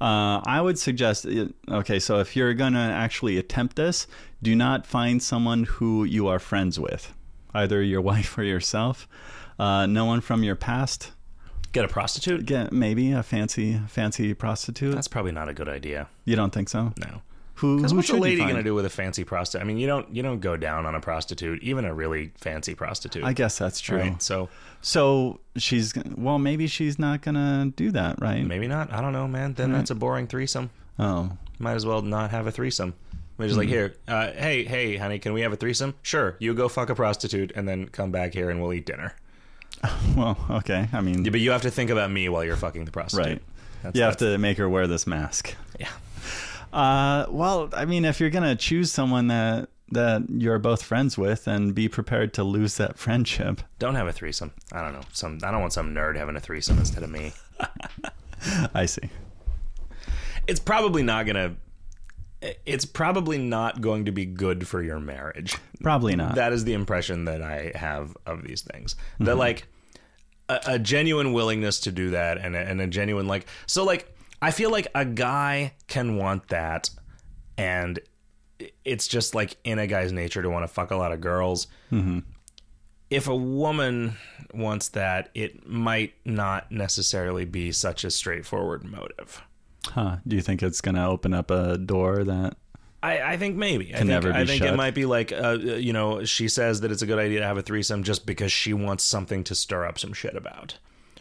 Speaker 2: Uh, I would suggest okay, so if you're going to actually attempt this, do not find someone who you are friends with, either your [laughs] wife or yourself. Uh, no one from your past.
Speaker 1: Get a prostitute?
Speaker 2: Get maybe a fancy fancy prostitute.
Speaker 1: That's probably not a good idea.
Speaker 2: you don't think so?
Speaker 1: No.
Speaker 2: Who,
Speaker 1: Because
Speaker 2: who
Speaker 1: what's a
Speaker 2: should you
Speaker 1: lady
Speaker 2: find?
Speaker 1: going to do with a fancy prostitute? I mean, you don't you don't go down on a prostitute, even a really fancy prostitute.
Speaker 2: I guess that's true.
Speaker 1: Right? So
Speaker 2: So she's g- well, maybe she's not gonna do that, right?
Speaker 1: maybe not. I don't know, man.
Speaker 2: Mm-hmm.
Speaker 1: Then that's a boring threesome.
Speaker 2: Oh,
Speaker 1: Might as well not have a threesome. We're just like
Speaker 2: Mm-hmm.
Speaker 1: here. Uh, hey, hey, honey, can we have a threesome? Sure. You go fuck a prostitute and then come back here and we'll eat dinner.
Speaker 2: well, okay. I mean,
Speaker 1: Yeah, but you have to think about me while you're fucking the prostitute.
Speaker 2: right?
Speaker 1: That's-
Speaker 2: you have to make her wear this mask.
Speaker 1: Yeah.
Speaker 2: Uh, well, I mean, if you're gonna choose someone that that you're both friends with, and be prepared to lose that friendship.
Speaker 1: Don't have a threesome. I don't know. Some I don't want some nerd having a threesome instead of me.
Speaker 2: I see.
Speaker 1: It's probably not gonna. It's probably not going to be good for your marriage.
Speaker 2: Probably not.
Speaker 1: That is the impression that I have of these things. That like a, a genuine willingness to do that and a, and a genuine like so like I feel like a guy can want that and it's just like in a guy's nature to want to fuck a lot of girls. If a woman wants that, it might not necessarily be such a straightforward motive.
Speaker 2: huh? Do you think it's gonna open up a door that?
Speaker 1: I, I think maybe. I think,
Speaker 2: never be
Speaker 1: I think it
Speaker 2: shut.
Speaker 1: might be like, uh, you know, she says that it's a good idea to have a threesome just because she wants something to stir up some shit about,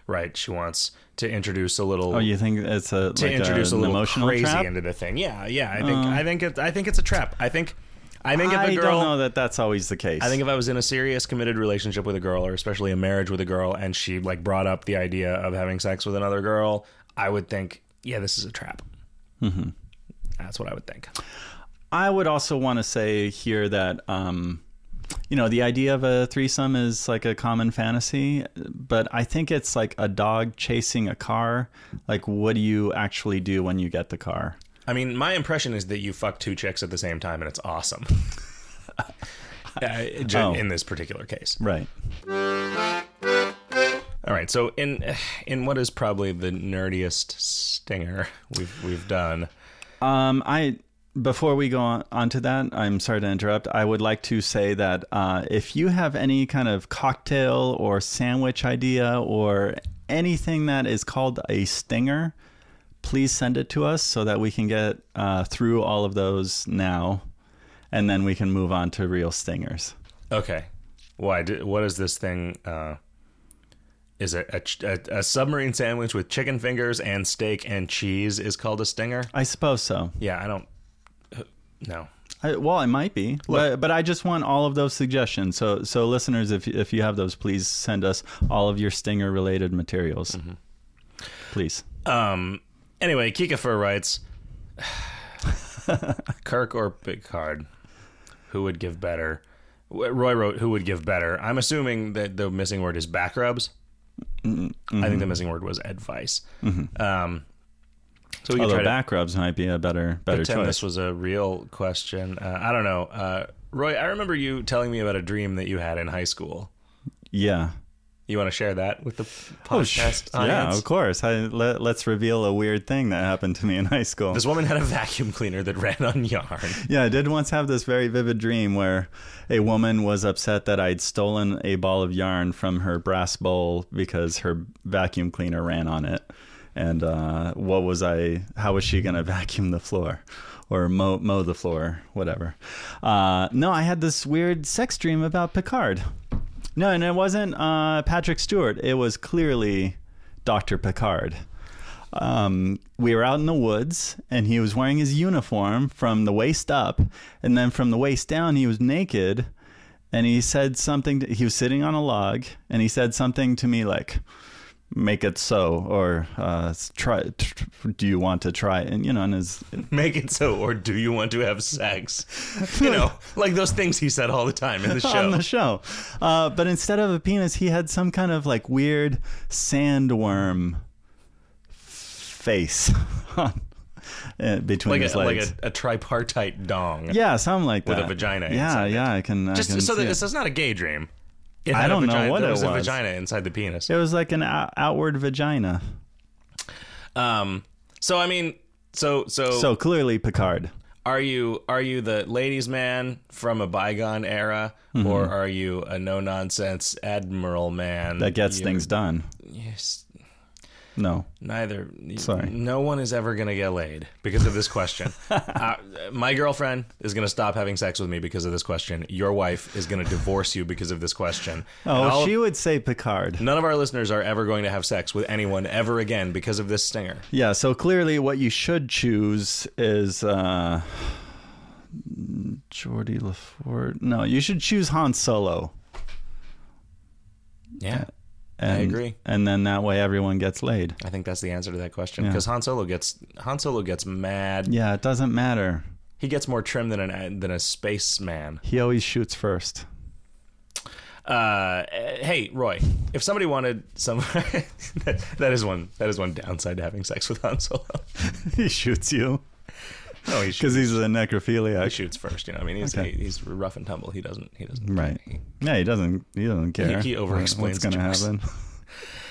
Speaker 1: right? She wants to introduce a little,
Speaker 2: Oh, you think it's a
Speaker 1: to
Speaker 2: like uh,
Speaker 1: introduce a,
Speaker 2: an
Speaker 1: little
Speaker 2: emotional
Speaker 1: crazy
Speaker 2: trap? Uh.
Speaker 1: into the thing. Yeah, yeah. I think, I think, it, I think it's a trap. I think, I think if
Speaker 2: I
Speaker 1: a girl,
Speaker 2: don't know that that's always the case.
Speaker 1: I think if I was in a serious committed relationship with a girl, or especially a marriage with a girl, and she like brought up the idea of having sex with another girl, I would think, yeah, this is a trap. Mm-hmm. That's what I would think.
Speaker 2: I would also want to say here that um, you know the idea of a threesome is like a common fantasy, but I think it's like a dog chasing a car. Like, what do you actually do when you get the car?
Speaker 1: I mean, my impression is that you fuck two chicks at the same time, and it's awesome. Uh, ju-
Speaker 2: Oh.
Speaker 1: In this particular case,
Speaker 2: Right.
Speaker 1: all right. So in in what is probably the nerdiest stinger we've we've done,
Speaker 2: Um, I before we go on, on to that, I'm sorry to interrupt. I would like to say that uh, if you have any kind of cocktail or sandwich idea or anything that is called a stinger, please send it to us so that we can get uh, through all of those now, and then we can move on to real stingers.
Speaker 1: okay. Why? Do, what is this thing? Uh, is it a, ch- a, a submarine sandwich with chicken fingers and steak and cheese is called a stinger?
Speaker 2: I suppose so.
Speaker 1: Yeah, I don't. uh, No,
Speaker 2: I, well, I might be, but, but I just want all of those suggestions. So, so listeners, if if you have those, please send us all of your stinger related materials, please.
Speaker 1: Um. Anyway, Kikafur
Speaker 2: [laughs]
Speaker 1: writes, Kirk or Picard, who would give better? W- Roy wrote, who would give better? I'm assuming that the missing word is back rubs.
Speaker 2: Mm-hmm.
Speaker 1: I think the missing word was advice. Um, so we can
Speaker 2: Although
Speaker 1: try to
Speaker 2: back rubs might be a better better
Speaker 1: pretend
Speaker 2: choice.
Speaker 1: this was a real question. Uh, I don't know. Uh, Roy, I remember you telling me about a dream that you had in high school.
Speaker 2: Yeah.
Speaker 1: You want to share that with the podcast
Speaker 2: Oh, Yeah,
Speaker 1: audience?
Speaker 2: of course. I, let, let's reveal a weird thing that happened to me in high school.
Speaker 1: This woman had a vacuum cleaner that ran on yarn.
Speaker 2: Yeah, I did once have this very vivid dream where a woman was upset that I'd stolen a ball of yarn from her brass bowl because her vacuum cleaner ran on it. And uh, what was I? How was she going to [laughs] vacuum the floor or mow, mow the floor, whatever? Uh, no, I had this weird sex dream about Picard. No, and it wasn't uh, Patrick Stewart. It was clearly Dr. Picard um, we were out in the woods and he was wearing his uniform from the waist up and then from the waist down he was naked and he said something to, he was sitting on a log and he said something to me like make it so or uh, try tr- do you want to try and you know and his
Speaker 1: Make it so, or do you want to have
Speaker 2: [laughs]
Speaker 1: sex? You know, like those things he said all the time in the show.
Speaker 2: on the show. Uh, but instead of a penis, he had some kind of like weird sandworm face [laughs] on, uh,
Speaker 1: [laughs]
Speaker 2: between
Speaker 1: like
Speaker 2: his
Speaker 1: a, like
Speaker 2: legs.
Speaker 1: a, a tripartite dong.
Speaker 2: yeah, something like that.
Speaker 1: a vagina
Speaker 2: Yeah,
Speaker 1: inside it.
Speaker 2: yeah, I can. I
Speaker 1: Just
Speaker 2: can
Speaker 1: so
Speaker 2: see
Speaker 1: that
Speaker 2: it.
Speaker 1: this is not a gay dream. It
Speaker 2: I
Speaker 1: had a
Speaker 2: don't know
Speaker 1: vagina-
Speaker 2: what
Speaker 1: there
Speaker 2: it
Speaker 1: was. A
Speaker 2: was.
Speaker 1: vagina inside the penis.
Speaker 2: it was like an ou- outward vagina.
Speaker 1: Um. So I mean, so so
Speaker 2: So clearly Picard.
Speaker 1: are you are you the ladies' man from a bygone era,
Speaker 2: Mm-hmm.
Speaker 1: or are you a no nonsense admiral man
Speaker 2: That gets things done.
Speaker 1: Yes,
Speaker 2: No.
Speaker 1: Neither.
Speaker 2: Sorry.
Speaker 1: No one is ever going to get laid because of this
Speaker 2: [laughs]
Speaker 1: question. uh, my girlfriend is going to stop having sex with me because of this question. Your wife is going to divorce you because of this question. And
Speaker 2: [laughs] Oh,
Speaker 1: all-
Speaker 2: she would say Picard.
Speaker 1: None of our listeners are ever going to have sex with anyone ever again because of this stinger.
Speaker 2: Yeah, so clearly what you should choose is uh Jordy LaForge. No, you should choose Han Solo.
Speaker 1: Yeah.
Speaker 2: And,
Speaker 1: agree.
Speaker 2: And then that way everyone gets laid.
Speaker 1: I think that's the answer to that question because Han Solo gets Han Solo gets mad.
Speaker 2: Yeah, it doesn't matter.
Speaker 1: He gets more trim than an than a spaceman.
Speaker 2: He always shoots first. [laughs]
Speaker 1: Uh, hey, Roy, if somebody wanted some, [laughs] that, that is one that is one downside to having sex with Han Solo. [laughs]
Speaker 2: he shoots you
Speaker 1: No, he should
Speaker 2: because he's a
Speaker 1: he
Speaker 2: necrophiliac.
Speaker 1: shoots first. You know, I mean, he's
Speaker 2: Okay.
Speaker 1: he, he's rough and tumble. He doesn't. He doesn't.
Speaker 2: Right. Yeah, he doesn't he doesn't care.
Speaker 1: he
Speaker 2: what-
Speaker 1: overexplains
Speaker 2: what's going to
Speaker 1: jokes.
Speaker 2: happen. [laughs]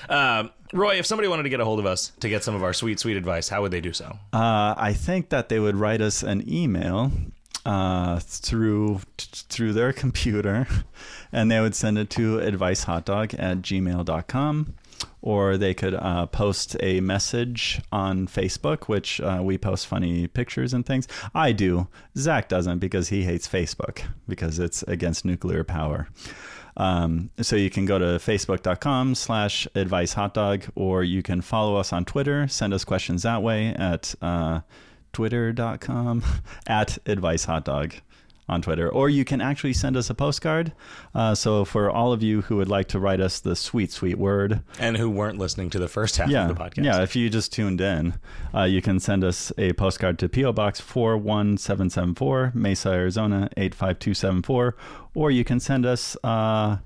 Speaker 1: Um, Roy, if somebody wanted to get a hold of us to get some of our sweet, sweet advice, how would they do so?
Speaker 2: Uh, I think that they would write us an email uh, through through their computer, [laughs] and they would send it to advicehotdog at gmail.com. Or they could uh, post a message on Facebook, which uh, we post funny pictures and things. I do. Zach doesn't because he hates Facebook because it's against nuclear power. Um, so you can go to facebook.com slash advice hot dog, or you can follow us on Twitter, send us questions that way at uh, twitter.com [laughs] at advice hot dog on Twitter, or you can actually send us a postcard. Uh, so for all of you who would like to write us the sweet, sweet word,
Speaker 1: And who weren't listening to the first half
Speaker 2: yeah,
Speaker 1: of the podcast?
Speaker 2: yeah, if you just tuned in, uh, you can send us a postcard to PO Box 41774, Mesa, Arizona 85274, or you can send us. Uh,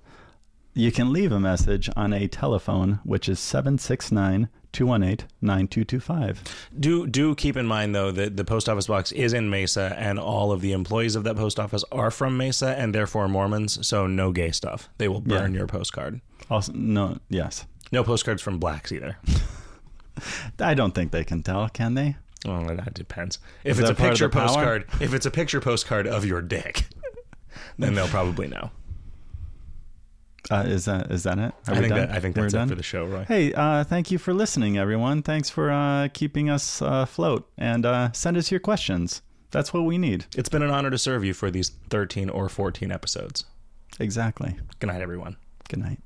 Speaker 2: you can leave a message on a telephone, which is 769 218 9225.
Speaker 1: Do do keep in mind though that the post office box is in Mesa, and all of the employees of that post office are from Mesa, and therefore Mormons. So no gay stuff. They will burn your postcard.
Speaker 2: Also, no, yes.
Speaker 1: No postcards from blacks either.
Speaker 2: I don't think they can tell, can they?
Speaker 1: Well, that depends. If
Speaker 2: Is
Speaker 1: it's
Speaker 2: that
Speaker 1: a
Speaker 2: part of
Speaker 1: picture
Speaker 2: the power?
Speaker 1: postcard, if it's a picture postcard of your dick, [laughs] then they'll probably know.
Speaker 2: Uh, is that is that it?
Speaker 1: I
Speaker 2: Are we
Speaker 1: think
Speaker 2: done?
Speaker 1: that I think
Speaker 2: We're
Speaker 1: that's it
Speaker 2: done?
Speaker 1: for the show, Roy.
Speaker 2: Hey, uh, thank you for listening, everyone. Thanks for uh, keeping us uh, afloat and uh, send us your questions. That's what we need.
Speaker 1: It's been an honor to serve you for these 13 or 14 episodes.
Speaker 2: Exactly.
Speaker 1: Good night, everyone.
Speaker 2: Good night.